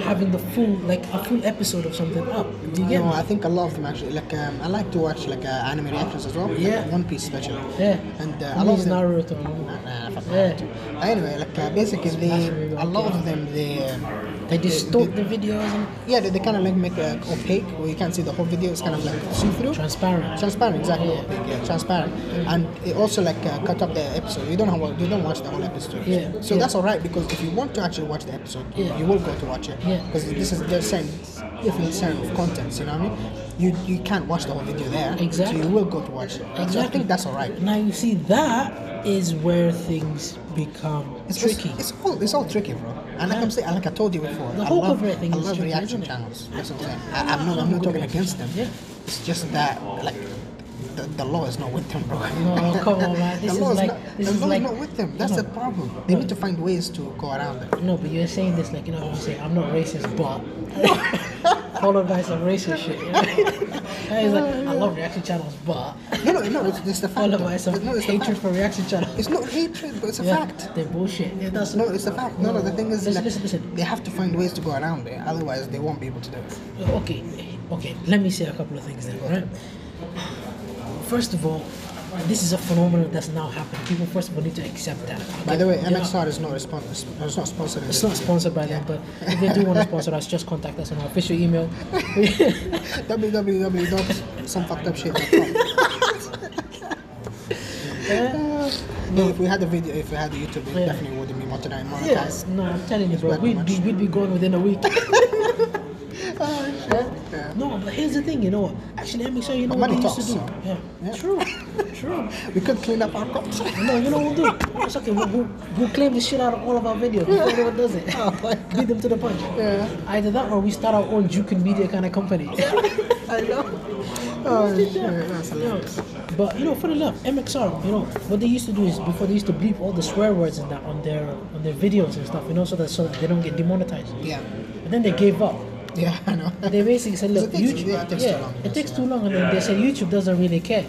S2: having the full like a full episode of something up. Do you get
S1: No,
S2: me?
S1: I think a lot of them actually. Like um, I like to watch like uh, anime reactions as well. like,
S2: Yeah.
S1: One Piece especially.
S2: Yeah.
S1: And uh,
S2: Who
S1: I love
S2: is
S1: them.
S2: Naruto.
S1: Nah, fuck
S2: Yeah.
S1: Naruto. Anyway, like uh, basically, they, a lot of them they. um,
S2: They distort the videos and
S1: Yeah, they, they kind of like make uh, opaque where you can't see the whole video. It's kind of like see through.
S2: transparent.
S1: Transparent, exactly. Opaque, yeah, transparent. And it also like uh, cut up the episode. You don't have, you don't watch the whole episode.
S2: Yeah,
S1: So
S2: yeah.
S1: that's all right because if you want to actually watch the episode,
S2: Yeah.
S1: you will go to watch it.
S2: Yeah.
S1: Because this is the same different set of contents. You know what I mean? You you can't watch the whole video there.
S2: Exactly.
S1: So you will go to watch it. So I
S2: Exactly.
S1: think that's all right.
S2: Now you see that is where things become
S1: It's just-
S2: tricky.
S1: It's all it's all tricky, bro. And like I'm saying, like I told you before,
S2: The
S1: I
S2: whole
S1: love,
S2: cover thing
S1: I
S2: is
S1: love
S2: tricky,
S1: reaction
S2: isn't it?
S1: channels. That's what I'm saying. I, I'm not I'm not talking against them.
S2: Yeah.
S1: It's just that like the, the law is not with them, bro.
S2: No, come on,
S1: (laughs)
S2: man. This
S1: the
S2: is
S1: law
S2: like-
S1: not,
S2: this
S1: the
S2: is
S1: law
S2: like-
S1: not with them. That's
S2: No.
S1: the problem. They need to find ways to go around it.
S2: No, but you're saying this like you know. You say I'm not racist, (laughs) but followed by some racist shit.
S1: (laughs)
S2: You know? And it's like I love reaction channels, but
S1: No, no, no. It's, it's the fact.
S2: followed
S1: though.
S2: by some
S1: no, it's the
S2: hatred
S1: fact.
S2: for reaction channels.
S1: It's not hatred, but it's a fact.
S2: They're bullshit. Yeah, that's
S1: No, it's a fact. No, no. The thing is,
S2: Listen,
S1: like,
S2: listen, listen.
S1: they have to find ways to go around it. Otherwise, they won't be able to do it.
S2: okay. Okay, let me say a couple of things then, right? First of all, this is a phenomenon that's now happening. People first of all need to accept that.
S1: By the way,
S2: They're not-
S1: MXR is not responsible. It's not sponsored. in
S2: It's
S1: this
S2: not
S1: video.
S2: sponsored by them, but if they
S1: (laughs)
S2: do want to sponsor us, just contact us on our official email.
S1: www.somefuckedupshit.com. Uh, no, if we had a video, if we had a YouTube, it
S2: Yeah.
S1: definitely wouldn't be monetized.
S2: yes,
S1: monetized.
S2: no, I'm telling you, bro,
S1: better
S2: we'd
S1: much.
S2: be, we'd be gone within a week. Yeah?
S1: Yeah.
S2: No, but here's the thing, you know what? Actually, let me show you know
S1: But
S2: what they
S1: money
S2: used to
S1: talks,
S2: do.
S1: so.
S2: Yeah.
S1: Yeah. (laughs)
S2: True, true.
S1: We could clean up our cops.
S2: No, you know what we'll do? It's okay, we'll, we'll, we'll claim the shit out of all of our
S1: (laughs)
S2: videos before anyone does it. Beat them to the punch.
S1: Oh Yeah.
S2: Either that or we start our own Jukin Media kind of company.
S1: (laughs)
S2: (laughs)
S1: I know. Oh, shit. That's a lot.
S2: But you know, for the love, MXR, you know, what they used to do is before they used to bleep all the swear words and that on their on their videos and stuff, you know, so that so that they don't get demonetized.
S1: Yeah.
S2: But then they gave up.
S1: Yeah, I know.
S2: And they basically said, look,
S1: It takes-
S2: YouTube,
S1: yeah, it takes too long,
S2: it takes
S1: yeah.
S2: too long, and then they said YouTube doesn't really care.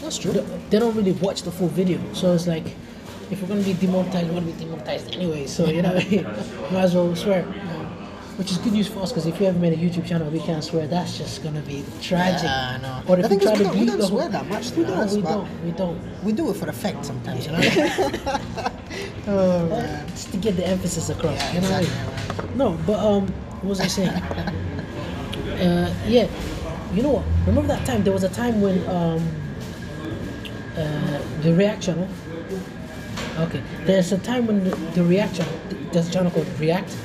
S1: That's true.
S2: They- They don't really watch the full video, so it's like, if we're gonna be demonetized, we're gonna be demonetized anyway. So you know, (laughs) might as well swear. Which is good news for us because if you ever made a YouTube channel, we can't swear. That's just gonna be tragic.
S1: Yeah, I know.
S2: Or
S1: The
S2: if we
S1: thing is,
S2: try
S1: we
S2: to
S1: don't- we don't
S2: bleep the whole-
S1: swear that much, to
S2: We
S1: be
S2: don't.
S1: honest,
S2: We
S1: but-
S2: don't. We don't.
S1: We do it for effect sometimes, (laughs) you know?
S2: Just to get the emphasis across.
S1: Yeah,
S2: you know what I mean?
S1: exactly,
S2: No, but um, what was
S1: (laughs)
S2: I saying? uh, yeah, you know what? Remember that time? There was a time when um, uh, the reaction. Okay, there's a time when the, the reaction. There's a channel called React.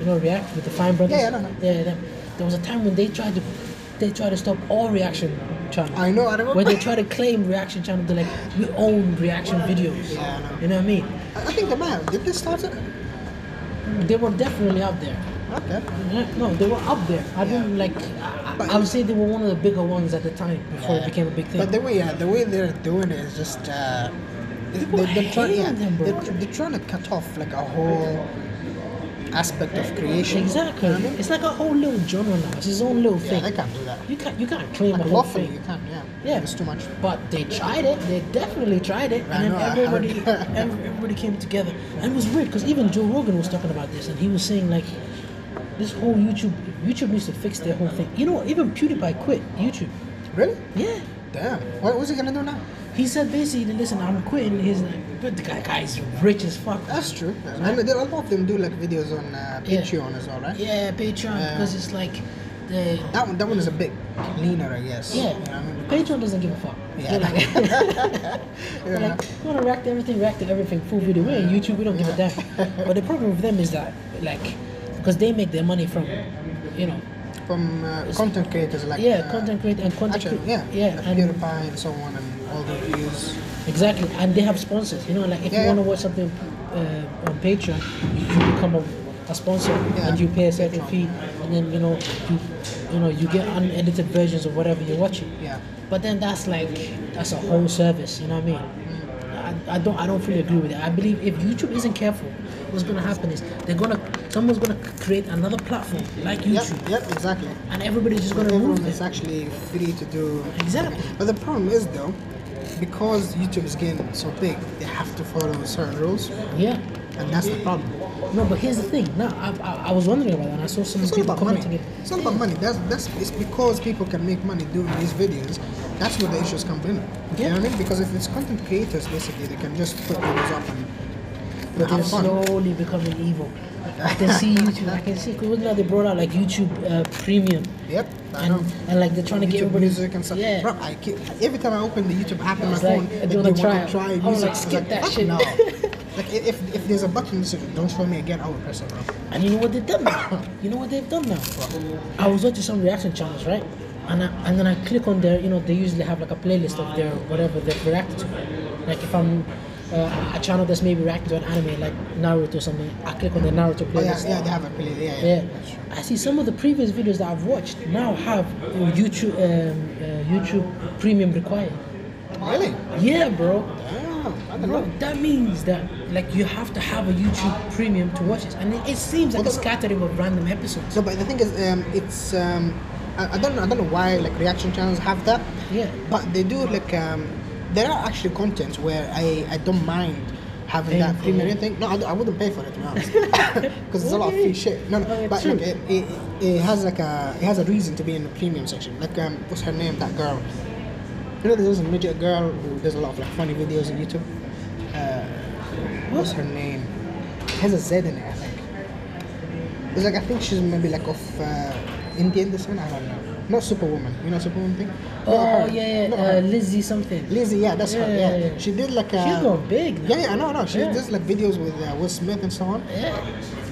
S2: You know React with the Fine Brothers.
S1: Yeah, yeah, I know.
S2: yeah. them. There was a time when they tried to, they tried to stop all reaction channels.
S1: I know, I remember.
S2: When they try to claim reaction channel, they're like, we own reaction videos.
S1: Yeah, I know.
S2: You know what I mean?
S1: I I think the man, did they start it?
S2: They were definitely out there.
S1: Okay.
S2: Yeah, No, they were up there. I didn't like. I,
S1: But-
S2: I would say they were one of the bigger ones at the time before it
S1: Yeah.
S2: became a big thing.
S1: But the way, yeah, the way they're doing it is just. Uh,
S2: People hate them, bro.
S1: they're, they're trying to cut off like a whole aspect of creation.
S2: exactly,
S1: You know what I mean?
S2: it's like a whole little genre now. It's its own little
S1: Yeah,
S2: thing.
S1: they can't do that.
S2: You can't. You can't claim a
S1: Like
S2: whole
S1: lawfully,
S2: thing.
S1: you can't. Yeah.
S2: Yeah.
S1: It's too much.
S2: But they tried it. They definitely tried it,
S1: I
S2: and
S1: know, I
S2: then everybody, (laughs)
S1: heard.
S2: every- everybody came together. And it was weird because even Joe Rogan was talking about this, and he was saying like, this whole YouTube, YouTube needs to fix their whole thing. You know, even PewDiePie quit YouTube.
S1: Really?
S2: Yeah.
S1: Damn. What was he gonna do now?
S2: He said basically, listen, I'm quitting. He's like, but the guy, guy's rich as fuck.
S1: That's true. And there, a lot of them do like videos on uh,
S2: Yeah.
S1: Patreon as well, right?
S2: Yeah, Patreon
S1: Yeah.
S2: because it's like the
S1: That one, that one is a bit leaner, I guess.
S2: yeah.
S1: You know what I mean?
S2: Patreon doesn't give a fuck.
S1: Yeah.
S2: They're
S1: (laughs)
S2: like, (laughs) they're
S1: Yeah.
S2: like, you wanna react to everything, react to everything, full video. We're in YouTube, we don't give a
S1: (laughs)
S2: damn. but the problem with them is that like, because they make their money from, you know,
S1: From uh, content creators like.
S2: yeah,
S1: uh,
S2: content creator and content.
S1: Actually,
S2: crea-
S1: yeah.
S2: yeah,
S1: Like
S2: and
S1: PewDiePie and so on, and all the views.
S2: Exactly, and they have sponsors. You know, like if
S1: Yeah,
S2: you
S1: yeah.
S2: want to watch something uh, on Patreon, you, you become a, a sponsor
S1: Yeah,
S2: and you pay a certain
S1: Patreon.
S2: fee, and then you know you you know you get unedited versions of whatever you're watching.
S1: Yeah.
S2: But then that's like that's a whole service. You know what I mean? I, I don't I don't fully agree with it. I believe if YouTube isn't careful, what's gonna happen is they're gonna someone's gonna create another platform like
S1: Yep.
S2: YouTube,
S1: Yep. Exactly.
S2: and everybody's just gonna
S1: Everyone
S2: move
S1: is
S2: it.
S1: actually free to do.
S2: Exactly.
S1: But the problem is though, because YouTube is getting so big, they have to follow certain rules,
S2: Yeah.
S1: and that's the problem.
S2: No, but here's the thing. Now I, I, I was wondering about that. And I saw some
S1: It's all
S2: people
S1: about money.
S2: commenting it.
S1: It's all about money. That's that's it's because people can make money doing these videos. That's where the issues come in. You know what I mean? Because if it's content creators, basically, they can just put videos up and put
S2: I'm
S1: in fun.
S2: slowly becoming evil. I can
S1: (laughs)
S2: see YouTube. I can see. Cause now they brought out like YouTube uh, Premium,
S1: Yep, I
S2: and,
S1: know.
S2: and like they're trying to get
S1: YouTube
S2: everybody.
S1: music and stuff.
S2: Yeah.
S1: Bro, I keep, every time I open the YouTube app on my
S2: It's like,
S1: phone,
S2: I
S1: like,
S2: do
S1: they
S2: wanna
S1: want
S2: try
S1: to
S2: it.
S1: try
S2: I
S1: music.
S2: wanna, like,
S1: I was
S2: skip that
S1: "Fuck
S2: shit."
S1: No. like i- if, if there's a button that says don't show me again, I will press it. Bro. Oh,
S2: And you know what they've done
S1: (coughs)
S2: now? you know what they've done now? I was watching some reaction channels, right? And I, and then I click on their, you know, they usually have like a playlist of their whatever they've reacted to. Like if I'm uh, a channel that's maybe reacting to an anime like Naruto or something, I click on the Naruto
S1: Oh, yeah,
S2: playlist.
S1: yeah, they have a playlist. Yeah, yeah.
S2: Yeah, I see some of the previous videos that I've watched now have uh, YouTube um, uh, YouTube Premium required.
S1: Really?
S2: Yeah, bro.
S1: Damn, I don't
S2: Bro,
S1: know.
S2: that means that like you have to have a YouTube Premium to watch it, and it, it seems like a
S1: Well, the-
S2: scattering of random episodes.
S1: So, but the thing is, um, it's um, I, I don't know, I don't know why like reaction channels have that.
S2: Yeah.
S1: But they do like um, there are actually contents where I I don't mind having
S2: Paying
S1: that
S2: for
S1: premium
S2: it.
S1: thing. No, I, don't- I wouldn't pay for it to be
S2: (laughs)
S1: honest, because it's a lot of free shit. No, no,
S2: Oh, yeah,
S1: but
S2: true.
S1: like it, it, it has like a it has a reason to be in the premium section. Like um, what's her name? That girl. You know, there's a midget girl who does a lot of like funny videos on YouTube. Uh, what's her name? It has a Z in it, I think. It's like I think she's maybe like of uh, Indian descent. I don't know. Not Superwoman. You know Superwoman thing.
S2: Oh,
S1: Not her.
S2: oh, yeah, yeah,
S1: Not
S2: uh,
S1: her.
S2: Lizzie something.
S1: Lizzie. Yeah, that's her.
S2: Yeah,
S1: Yeah.
S2: yeah, yeah.
S1: She did like. A,
S2: She's gone big now.
S1: Yeah, yeah, I know, I know. She
S2: Yeah.
S1: does like videos with uh, Will Smith and so on.
S2: Yeah.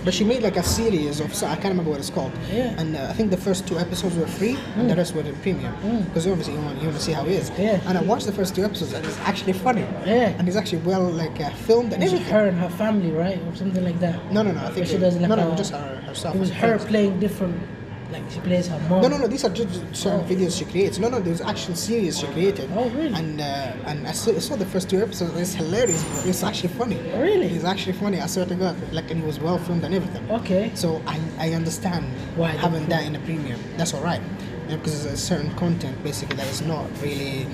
S1: But she made like a series of. So I can't remember what it's called.
S2: Yeah. Mm.
S1: And uh, I think the first two episodes were free, and the rest were the premium. Because obviously you want you want to see how he is.
S2: Yeah.
S1: And I watched the first two episodes, and it's actually funny.
S2: Yeah.
S1: And it's actually well like uh, filmed and
S2: It was
S1: everything.
S2: her and her family, right, or something like that.
S1: No, no, no. I
S2: Or
S1: think
S2: she
S1: it-
S2: does like
S1: no, no,
S2: a-
S1: just her, herself.
S2: It was her playing different, like she plays her mom.
S1: No, no, no. These are just certain videos she creates. No, no. There's actual series she created.
S2: Oh, really?
S1: And uh, and I saw, I saw the first two episodes. It's hilarious. It's actually funny.
S2: Really?
S1: It's actually funny. I swear to God. Like, and it was well filmed and everything.
S2: Okay.
S1: So I, I understand
S2: Why they
S1: having
S2: put-
S1: that in a premium. That's all right. You know, because there's a certain content basically that is not really.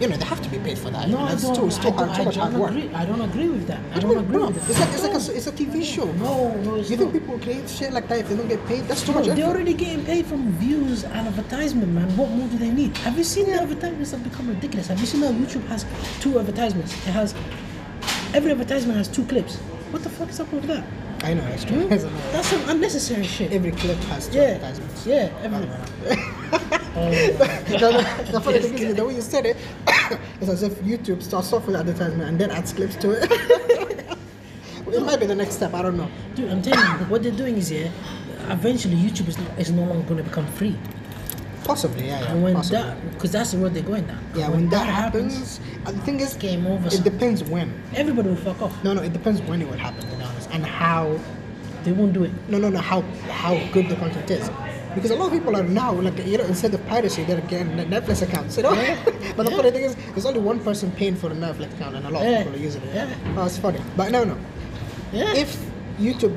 S1: You know, they have to be paid for that.
S2: No, I
S1: That's
S2: don't.
S1: too, it's too
S2: I
S1: hard,
S2: don't,
S1: too
S2: I
S1: much hard
S2: don't
S1: work.
S2: agree. I don't agree with that. I
S1: What do
S2: don't
S1: you mean,
S2: agree
S1: bro?
S2: with that.
S1: It's like it's like a, it's a TV show.
S2: No, no, it's
S1: You think
S2: not.
S1: people create shit like that if they don't get paid? That's too
S2: Bro,
S1: much
S2: they're
S1: effort.
S2: already getting paid from views and advertisement, man. What more do they need? Have you seen the advertisements have become ridiculous? Have you seen how YouTube has two advertisements? It has every advertisement has two clips. What the fuck is up with that?
S1: I know, it's true.
S2: Hmm? That's some unnecessary shit.
S1: Every clip has two
S2: yeah,
S1: advertisements.
S2: yeah, Oh. every.
S1: (laughs) the, the, the funny thing is, the way you said it, (coughs) it's as if YouTube starts off with advertisement and then adds clips to it. (laughs) it might be the next step, I don't know.
S2: Dude, I'm telling you, what they're doing is yeah. Eventually, YouTube is, not, is no longer going to become free,
S1: Possibly, yeah, yeah.
S2: and when
S1: possibly.
S2: that, because that's the road they're going down.
S1: yeah, when, that happens, and the thing is,
S2: game over,
S1: It
S2: son.
S1: depends when.
S2: everybody will fuck off.
S1: No, no, it depends when it will happen, to be honest, and how
S2: They won't do it.
S1: no no no how how good the content is because a lot of people are now like you know instead of piracy they're getting the Netflix accounts you know (laughs) but the funny thing is there's only one person paying for the Netflix account and a lot
S2: Yeah.
S1: of people are using it
S2: Yeah.
S1: oh, it's funny but no no
S2: Yeah.
S1: if YouTube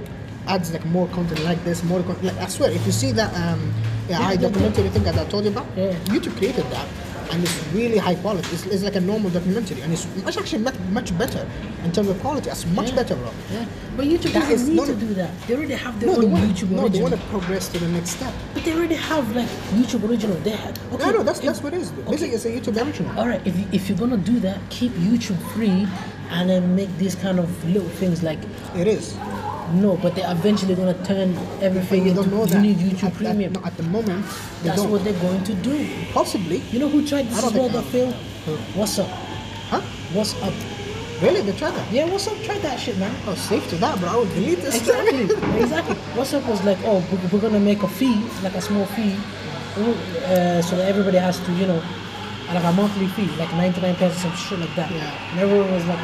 S1: adds like more content like this more con- like I swear if you see that um yeah,
S2: Yeah,
S1: I
S2: yeah, yeah.
S1: documentary thing that I told you about
S2: Yeah.
S1: YouTube created that and it's really high quality it's, it's like a normal documentary and it's much actually much, much better in terms of quality it's much better bro
S2: Yeah. But YouTube
S1: That is
S2: doesn't need
S1: not-
S2: to do that. They already have their
S1: no,
S2: own
S1: they want
S2: YouTube
S1: no, they
S2: original.
S1: want to progress to the next step.
S2: But they already have like YouTube original. They have. Okay,
S1: No, no, that's
S2: if-
S1: that's what it is. Basically, it's a YouTube original.
S2: All right. If you, if you're gonna do that, keep YouTube free, and then make these kind of little things like
S1: It is.
S2: no, but they're eventually gonna turn
S1: But
S2: everything
S1: you
S2: into
S1: don't know
S2: you
S1: that.
S2: need YouTube
S1: at, at-
S2: Premium.
S1: no, at the moment, they
S2: that's
S1: don't.
S2: what they're going to do.
S1: Possibly.
S2: You know who tried
S1: I
S2: this
S1: don't
S2: as well that
S1: think
S2: failed? What's up?
S1: Huh?
S2: What's up?
S1: Really? They tried that?
S2: Yeah, what's up? Try that shit, man.
S1: Oh, safe to that, bro. I would delete this.
S2: Exactly, exactly. WhatsApp was like, oh, we- we're gonna make a fee, like a small fee, uh, so that everybody has to, you know, like a monthly fee, like 99 pence or some shit like that.
S1: Yeah.
S2: And everyone was like,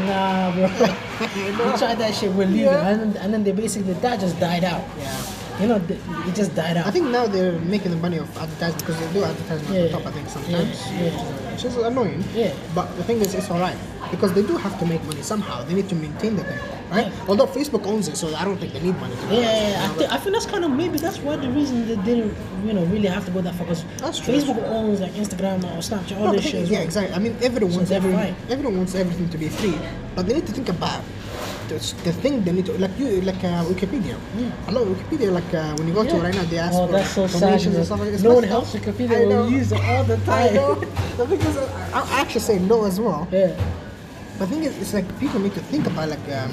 S1: (laughs)
S2: nah, bro. (laughs) we tried that shit, we're leaving.
S1: Yeah.
S2: And, then- and then they basically, that just died out.
S1: yeah.
S2: You know, th- it just died
S1: (laughs)
S2: out.
S1: I think now they're making the money of advertising because they do advertisement
S2: Yeah.
S1: on top. I think sometimes,
S2: Yeah, yeah.
S1: which is annoying.
S2: Yeah.
S1: But the thing is, it's alright because they do have to make money somehow. They need to maintain the thing, right? Although Facebook owns it, so I don't think they need money. To do
S2: yeah,
S1: that.
S2: yeah, yeah. I, think I think that's kind of maybe that's why the reason they didn't, you know, really have to go that far because
S1: That's true.
S2: Facebook owns like Instagram or Snapchat, all
S1: No,
S2: this
S1: the
S2: shit.
S1: thing
S2: as
S1: is,
S2: well.
S1: yeah, exactly. I mean, everyone
S2: So
S1: wants
S2: they're
S1: everyone,
S2: fine.
S1: everyone wants everything to be free, but they need to think about the, the thing they need to like you like uh, Wikipedia. A lot of Wikipedia like uh, when you go to
S2: Yeah.
S1: right now they ask
S2: Oh,
S1: for
S2: that's so sad.
S1: donations and stuff like
S2: man.
S1: it's
S2: No one
S1: messed up.
S2: helps Wikipedia.
S1: I know.
S2: We use it all the
S1: (laughs) I
S2: time.
S1: know. The thing is, I, I actually say no as well.
S2: Yeah.
S1: But the thing is, it's like people need to think about like um,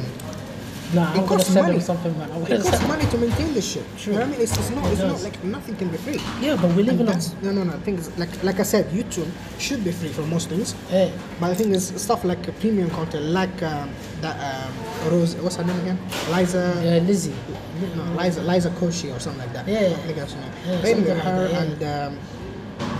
S2: Nah,
S1: It
S2: I'm gonna
S1: costs
S2: send
S1: money.
S2: them something, man. I'm
S1: it
S2: gonna
S1: costs
S2: send
S1: money to maintain this shit. You know what I mean? It's, it's not.
S2: It
S1: It's not
S2: does.
S1: like nothing can be free.
S2: Yeah, but we live
S1: And
S2: in a.
S1: that's- no, no, no. The thing is, like, like I said, YouTube should be free for most things.
S2: Yeah.
S1: But the thing is, stuff like uh, premium content, like um, that um, Rose, what's her name again? Liza,
S2: Yeah, Lizzie.
S1: no, Liza, Liza Koshy or something like that.
S2: Yeah,
S1: I
S2: yeah.
S1: think that's her name.
S2: Yeah,
S1: But anyway,
S2: something like
S1: her
S2: that,
S1: and um,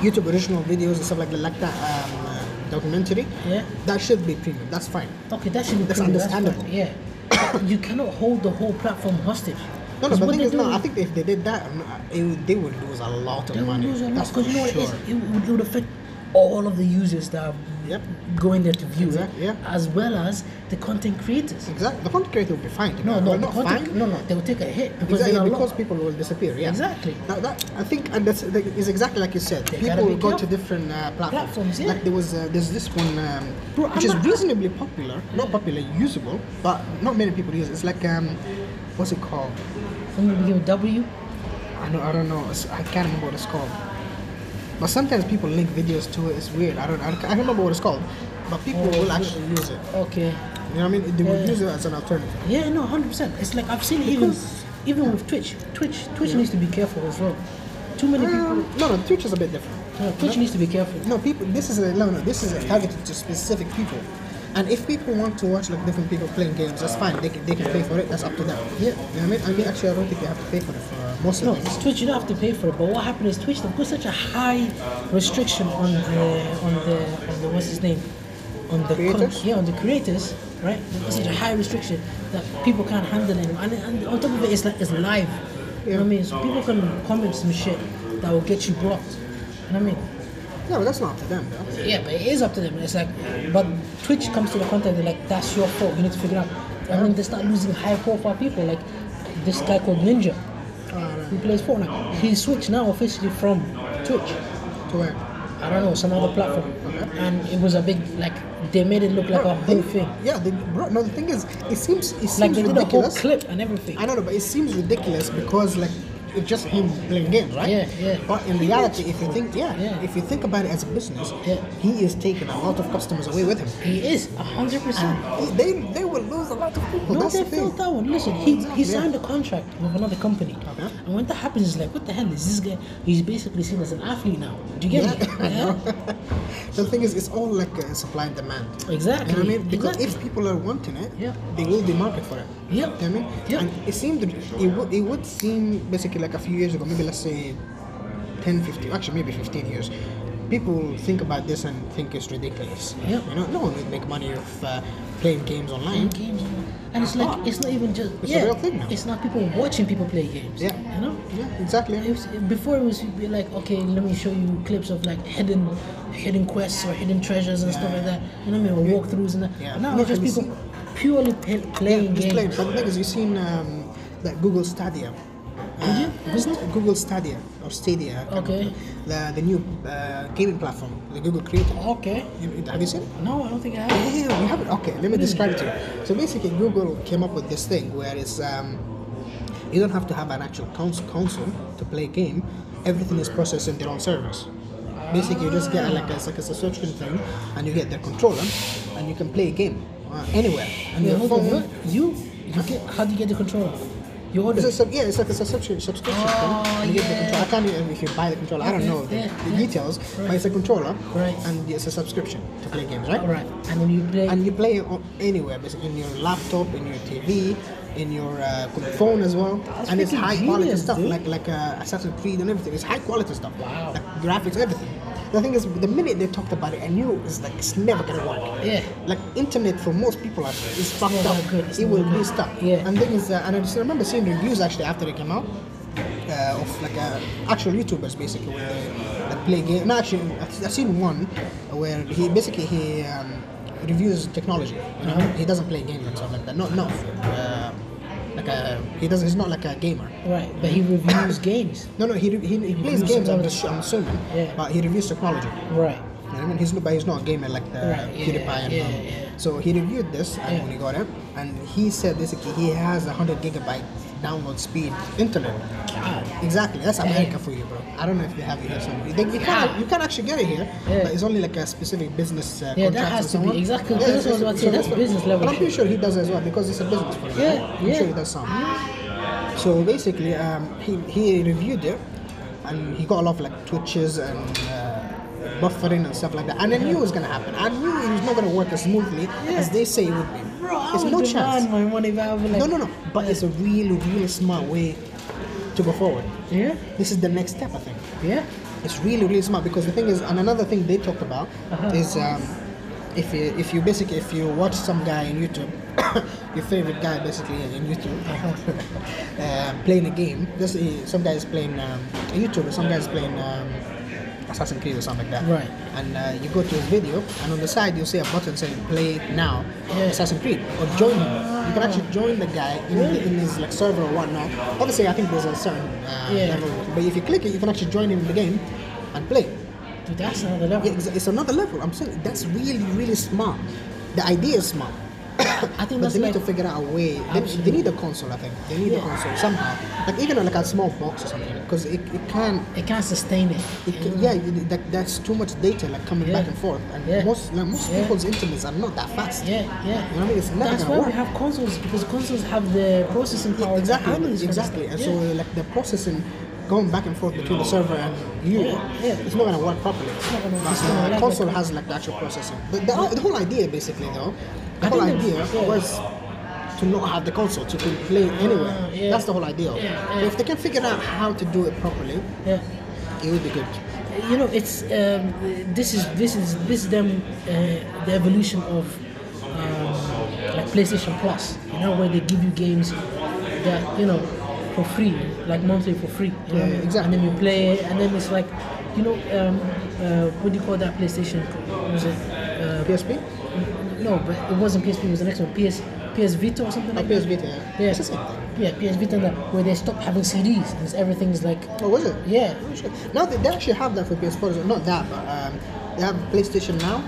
S1: YouTube original videos and stuff like that, like that um, uh, documentary.
S2: Yeah.
S1: That should be premium. That's fine.
S2: Okay, that should be
S1: That's
S2: pretty,
S1: understandable.
S2: fine, yeah. (coughs) you cannot hold the whole platform hostage.
S1: No, no. But
S2: 'Cause
S1: the
S2: what
S1: thing
S2: they
S1: is, no.
S2: do-
S1: I think if they did that, um, uh, it, would- they would lose a lot of
S2: They would
S1: money.
S2: lose a lot
S1: That's for
S2: because you know what it
S1: sure.
S2: is? It would, it would affect all of the users that are
S1: Yep.
S2: going there to view
S1: Exactly,
S2: it,
S1: yeah.
S2: as well as the content creators.
S1: Exactly. The content creator would be fine.
S2: No,
S1: Well,
S2: no, the
S1: not
S2: content,
S1: fine.
S2: no, no, they will take a hit because
S1: Exactly,
S2: there are a
S1: because
S2: lot.
S1: people will disappear. Yeah.
S2: Exactly.
S1: That, that, I think, and that's that is exactly like you said.
S2: They gotta
S1: people will
S2: be
S1: go to
S2: careful.
S1: different uh, platforms.
S2: Platforms, yeah.
S1: Like there was, uh, there's this one, um,
S2: Bro,
S1: which
S2: I'm
S1: is
S2: not-
S1: reasonably popular, not popular, usable, but not many people use. it. It's like, um, what's it called?
S2: From the beginning, W.
S1: I know, I don't know. It's, I can't remember what it's called. But sometimes people link videos to it. It's weird. I don't, I can't I can't remember what it's called. But people
S2: Oh,
S1: will actually use it.
S2: Okay.
S1: You know what I mean? They will
S2: Yeah.
S1: use it as an alternative.
S2: Yeah, no, hundred percent. It's like I've seen it even, even with Twitch. Twitch, Twitch needs to be careful as well. Too many people.
S1: Um, no, no, Twitch is a bit different.
S2: No, Twitch needs to be careful.
S1: No, people. This is a, no, no. This is targeted to specific people, and if people want to watch like different people playing games, that's fine. They can, they can pay for it. That's up to them.
S2: Yeah.
S1: You know what I mean? I mean, actually, I don't think they have to pay for it for uh, most
S2: No,
S1: of
S2: it's
S1: things.
S2: Twitch. You don't have to pay for it. But what happened is Twitch. They put such a high restriction on the on the on the what's his name, on the
S1: Creators?
S2: yeah, on the creators, right? They put such a high restriction that people can't handle it. And, and on top of it, it's like it's live. You know what I mean? So people can comment some shit that will get you blocked. You know what I mean?
S1: No, but that's not up to them. Though.
S2: Yeah, but it is up to them. It's like, but Twitch comes to the content. They're like, that's your fault. You need to figure it out. I mean, they start losing high-profile people. Like this guy called Ninja, who plays Fortnite. He switched now officially from Twitch.
S1: To where?
S2: I don't know some other platform, and it was a big like they made it look like a whole thing.
S1: Yeah. They, bro, no, the thing is, it seems it seems
S2: Like they did a whole
S1: ridiculous.
S2: clip and everything.
S1: I don't know, but it seems ridiculous because like it's just him playing games, right?
S2: Yeah, yeah.
S1: But in reality, if you think, yeah,
S2: Yeah.
S1: if you think about it as a business,
S2: Yeah.
S1: he is taking a lot of customers away with him.
S2: He is hundred percent.
S1: They they will lose a lot of people.
S2: No,
S1: Oh, that's
S2: they
S1: the thing.
S2: felt that one. Listen, he, he
S1: Yeah.
S2: signed a contract with another company.
S1: Okay.
S2: And when that happens, it's like, what the hell is this guy? He's basically seen as an athlete now. Do you get
S1: Yeah, (laughs) I
S2: me?
S1: know. the thing is, it's all like uh, supply and demand.
S2: Exactly.
S1: You know what I mean? Because
S2: exactly.
S1: if people are wanting it,
S2: Yeah.
S1: they will be market for it. You
S2: Yeah.
S1: know what I mean?
S2: Yeah.
S1: And it seemed, it would, it would seem basically like a few years ago, maybe let's say 10, 15, actually maybe 15 years, people think about this and think it's ridiculous.
S2: Yeah.
S1: You know, no one would make money off uh, playing games online.
S2: Playing games, and it's like it's not even just
S1: It's a
S2: yeah,
S1: real thing now.
S2: It's not people watching people play games.
S1: Yeah.
S2: you know.
S1: Yeah, exactly.
S2: It was- before it was you'd be like, okay, let me show you clips of like hidden, hidden quests or hidden treasures and stuff like that. You know what I mean? Or walkthroughs and that.
S1: Yeah.
S2: But now
S1: No,
S2: it's just
S1: have you
S2: people purely pay,
S1: Yeah,
S2: playing
S1: just
S2: games.
S1: playing. But the thing is, you've seen um, that Google Stadia.
S2: Did you? Wasn't
S1: St- Google Stadia or Stadia. I can't
S2: Okay.
S1: remember. The, the new uh, gaming platform, the Google Creator.
S2: Okay.
S1: You- Have you seen? it?
S2: No, I don't think I have.
S1: Damn, you haven't. Okay, let me describe it to you. So basically, Google came up with this thing where it's um, you don't have to have an actual cons- console to play a game. Everything is processed in their own servers. Basically, you just get a, like a, it's like a subscription thing, and you get their controller, and you can play a game uh, anywhere. And
S2: Wait,
S1: your
S2: hold on,
S1: phone.
S2: what? You? You get? How do you get the controller? You order?
S1: It's Oh, a sub- yeah, it's like a subscription, subscription
S2: Oh,
S1: thing. And you get the
S2: yeah.
S1: controller. I can't even if you buy the controller. I don't
S2: Okay,
S1: know the,
S2: yeah,
S1: the
S2: yeah.
S1: details, but it's a controller,
S2: Right.
S1: and it's a subscription to play games, right?
S2: All right. And then you play.
S1: And you play it on anywhere, basically in your laptop, in your TV, in your uh, com- phone as well.
S2: That's
S1: and it's
S2: freaking
S1: high quality
S2: genius,
S1: stuff,
S2: dude.
S1: like like uh, Assassin's Creed and everything. It's high quality stuff.
S2: Wow.
S1: Like graphics, everything. The thing is, the minute they talked about it, I knew it's like it's never gonna work.
S2: Yeah.
S1: Like internet for most people are, is fucked
S2: not
S1: up.
S2: that good. It's
S1: It
S2: not
S1: will
S2: that
S1: be
S2: good.
S1: stuck.
S2: Yeah.
S1: And thing is, uh, and I just remember seeing reviews actually after it came out. Uh, of like uh, actual YouTubers basically when they, they play game. No, actually, I've I've seen one where he basically he um, reviews technology. You know,
S2: Uh-huh.
S1: he doesn't play games and stuff like that. Not not uh, like a he doesn't. He's not like a gamer.
S2: right. But he
S1: (coughs)
S2: reviews games.
S1: No, no, he, re- he, he plays
S2: reviews
S1: games. I'm,
S2: technology.
S1: just, I'm assuming,
S2: Yeah.
S1: but he reviews technology.
S2: Right.
S1: You know what I mean, he's but he's not a gamer like the
S2: Right, yeah,
S1: PewDiePie and
S2: yeah,
S1: um,
S2: yeah.
S1: So he reviewed this and
S2: Yeah.
S1: when he got it, and he said basically he has a hundred gigabyte download speed internet.
S2: Ah,
S1: Exactly, that's
S2: Yeah.
S1: America for you, bro. I don't know if they have it here somewhere. You, think- you
S2: Ah.
S1: can't, you can't actually get it here,
S2: Yeah.
S1: but it's only like a specific business uh,
S2: Yeah, that
S1: contract or
S2: has to be-
S1: someone.
S2: exactly, this
S1: it's-
S2: was what-
S1: it's-
S2: see, that's
S1: it's-
S2: business level
S1: But I'm pretty
S2: shit.
S1: sure he does as well because it's a business for him.
S2: Yeah,
S1: right? I'm
S2: yeah.
S1: sure he does some. So basically, um, he, he reviewed it, and he got a lot of like twitches and uh, buffering and stuff like that. And I knew it was gonna happen. I knew it was not gonna work as smoothly as they say it would be.
S2: Bro, I
S1: it's
S2: would
S1: no
S2: demand
S1: chance.
S2: my money back. I would be
S1: No,
S2: like,
S1: no, no. But it's a really, really smart way to go forward.
S2: Yeah,
S1: This is the next step, I think.
S2: yeah.
S1: It's really, really smart because the thing is, and another thing they talked about
S2: Uh-huh.
S1: is um, if you, if you basically if you watch some guy in YouTube, (coughs) your favorite guy basically in YouTube, (laughs) uh, playing a game. This is, some guy is playing um, a YouTuber, some guy is playing um, Assassin's Creed or something like that.
S2: Right.
S1: And uh, you go to his video, and on the side you see a button saying "Play now
S2: Yeah. Ah.
S1: Assassin's Creed" or "Join him." You can actually join the guy in, the, in his like server or whatnot. Obviously, I think there's a certain uh,
S2: Yeah.
S1: level but if you click it, you can actually join him in the game and play.
S2: Dude, that's another level.
S1: Yeah, It's, it's another level. I'm saying that's really, really smart. The idea is
S2: (coughs)
S1: smart.
S2: I think
S1: But
S2: that's
S1: they
S2: like,
S1: need to figure out a way. They, they
S2: Absolutely.
S1: need a console, I think. They need a
S2: Yeah.
S1: console somehow. Like even like a small box or something, because it, it can't.
S2: it can't sustain it.
S1: It can, yeah, you- that, that's too much data like coming
S2: Yeah.
S1: back and forth, and
S2: Yeah.
S1: most like most
S2: Yeah.
S1: people's internets are not that fast.
S2: Yeah, yeah.
S1: You know what I mean? It's never
S2: That's
S1: gonna
S2: why we
S1: work.
S2: have consoles because consoles have the processing
S1: Yeah,
S2: power. to
S1: exactly,
S2: handle this kind of
S1: exactly.
S2: stuff.
S1: And
S2: yeah.
S1: so like the processing going back and forth between the server and you,
S2: Yeah, yeah.
S1: it's not gonna work properly.
S2: not gonna-
S1: But,
S2: it's not gonna
S1: uh,
S2: work.
S1: console has like the actual processing. But the, the whole idea basically though, the
S2: I
S1: whole
S2: think
S1: idea
S2: it's- yeah.
S1: was to not have the console to can play anywhere.
S2: Uh, yeah.
S1: That's the whole idea. of it.
S2: Yeah,
S1: So
S2: yeah.
S1: If they can figure out how to do it properly,
S2: yeah.
S1: it would be good.
S2: You know, it's um, this is this is this is them uh, the evolution of um, like PlayStation Plus. You know, where they give you games that you know for free, like monthly for free. you know?
S1: Yeah, exactly.
S2: And then you play it, and then it's like, you know, um, uh, what do you call that PlayStation? What Was it? Uh,
S1: PSP?
S2: No, but it wasn't PSP. It was the next one, PS PS Vita or something
S1: Oh,
S2: like
S1: PS
S2: that.
S1: Vita, yeah.
S2: Yeah,
S1: It's the same thing.
S2: yeah, PS Vita, and that, where they stopped having CDs and everything's like,
S1: Oh, was it?
S2: yeah,
S1: Oh, shit. Now they, they actually have that for PS4. so Not that, but um, they have PlayStation Now,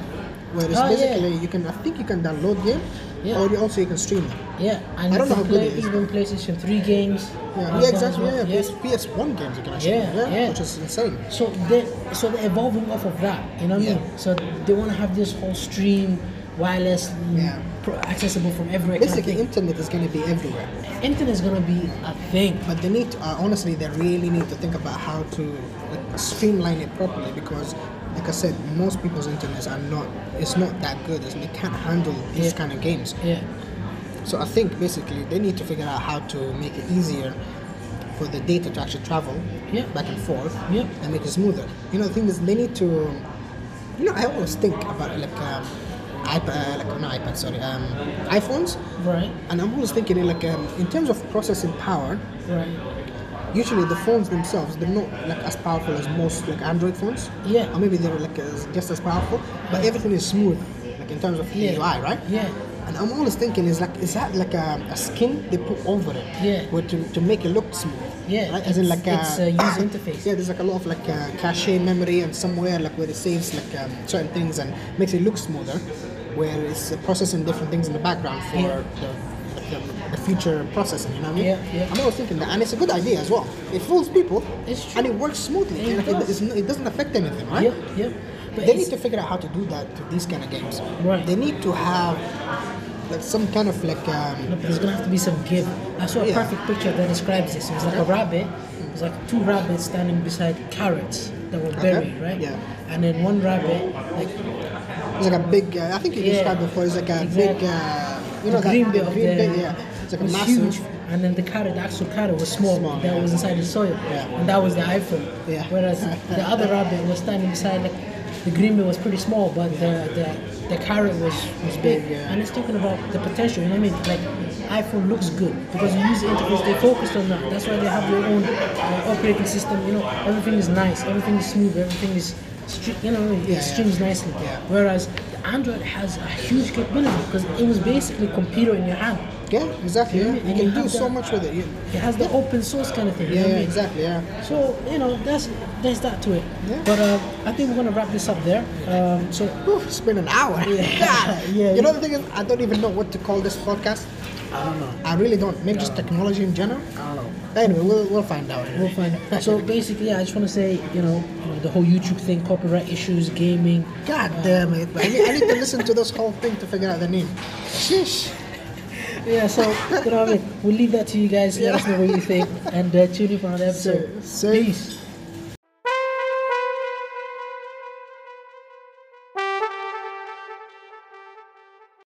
S1: where it's
S2: Oh, yeah.
S1: basically you can. I think you can download games,
S2: Yeah.
S1: or you also you can stream them.
S2: yeah, and
S1: I don't know
S2: you can
S1: how good
S2: play
S1: it is.
S2: even PlayStation Three games.
S1: Yeah,
S2: like
S1: yeah
S2: that
S1: exactly.
S2: as
S1: Yeah,
S2: well,
S1: yeah. PS, PS1 games you can actually
S2: Oh, Yeah,
S1: do, yeah,
S2: yeah.
S1: which is insane.
S2: So they so they're evolving off of that, you know what I
S1: Yeah.
S2: mean? So they want to have this whole stream, wireless, mm,
S1: Yeah.
S2: pro- accessible from everywhere. kind of
S1: Basically,
S2: thing.
S1: internet is going to be everywhere.
S2: Internet is gonna be a thing.
S1: But they need, to, uh, honestly, they really need to think about how to like, streamline it properly because, like I said, most people's internets are not. It's not that good. It's, they can't handle these
S2: Yeah.
S1: kind of games.
S2: Yeah,
S1: So I think basically they need to figure out how to make it easier for the data to actually travel
S2: Yeah.
S1: back and forth
S2: Yeah.
S1: and make it smoother. You know, the thing is they need to. You know, I always think about like um, iPad, uh, like not iPad, sorry, um, iPhones,
S2: right,
S1: and I'm always thinking like um, in terms of processing power.
S2: right.
S1: Usually the phones themselves they're not like as powerful as most like Android phones.
S2: Yeah.
S1: Or maybe they're like as, just as powerful, but everything is smooth, like in terms of
S2: Yeah.
S1: UI, right?
S2: Yeah,
S1: And I'm always thinking, is like, is that like a, a skin they put over it?
S2: Yeah.
S1: Where to, to make it look smooth.
S2: Yeah,
S1: Right? As in
S2: it's-
S1: like a,
S2: it's
S1: (clears throat)
S2: a user interface.
S1: Yeah, there's like a lot of like uh, cache memory and somewhere like where it saves like um, certain things and makes it look smoother, where it's uh, processing different things in the background for
S2: Yeah.
S1: the, like, the, the future processing. You know what I mean?
S2: Yeah, yeah.
S1: I'm always thinking that, and it's a good idea as well. It fools people.
S2: It's true.
S1: And it works smoothly.
S2: It
S1: and like,
S2: does.
S1: it's no- it doesn't affect anything, right?
S2: yeah, yeah. But
S1: they
S2: it's-
S1: need to figure out how to do that to these kind of games.
S2: Right.
S1: They need to have like some kind of like um,
S2: There's gonna have to be some give. I saw a
S1: Yeah.
S2: perfect picture that describes this. It was like a rabbit. It was like two rabbits standing beside carrots that were buried, right?
S1: Yeah.
S2: And then one rabbit, like
S1: it's like a big. Uh, I think you
S2: Yeah.
S1: described before. It's like a big.
S2: Exactly.
S1: Uh, you
S2: the
S1: know
S2: green
S1: that
S2: bit of
S1: green
S2: the
S1: bit. Yeah. It's like a
S2: was
S1: massive.
S2: huge, and then the carrot, the actual carrot, was small.
S1: Small,
S2: that
S1: yeah.
S2: was inside the soil,
S1: Yeah.
S2: and that was the iPhone.
S1: Yeah.
S2: Whereas
S1: (laughs)
S2: the other rabbit was standing beside like the green bit was pretty small, but the, the the carrot was was big.
S1: Big, yeah.
S2: And it's talking about the potential. You know what I mean? Like iPhone looks good because you use the interface. They focused on that. That's why they have their own uh, operating system. You know, everything is nice, everything is smooth, everything is. stre- You know, it
S1: Yeah, yeah.
S2: streams nicely.
S1: Yeah.
S2: Whereas the Android has a huge capability because it was basically a computer in your hand.
S1: Yeah, exactly. Yeah.
S2: And
S1: You can
S2: you
S1: do
S2: have
S1: so
S2: that-
S1: much with it. You,
S2: It has the open source kind of thing. you know
S1: yeah,
S2: what I
S1: yeah,
S2: mean?
S1: exactly. Yeah.
S2: So you know that's there's that to it.
S1: Yeah.
S2: But uh, I think we're gonna wrap this up there. Um, so
S1: Whew, it's been an hour.
S2: Yeah.
S1: (laughs)
S2: (laughs)
S1: God.
S2: Yeah,
S1: You know
S2: yeah.
S1: the thing is, I don't even know what to call this podcast.
S2: I don't know.
S1: I really don't. Maybe just technology in general.
S2: I don't know.
S1: Anyway, we'll, we'll find out.
S2: We'll find out. So basically, yeah, I just want to say, you know, you know, the whole YouTube thing, copyright issues, gaming.
S1: God damn it! I need, I need to listen to this whole thing to figure out the name. Sheesh.
S2: Yeah, so you know, what I mean, we'll leave that to you guys. Let us know what you think, and uh, tune in for another episode.
S1: Sir, sir.
S2: Peace.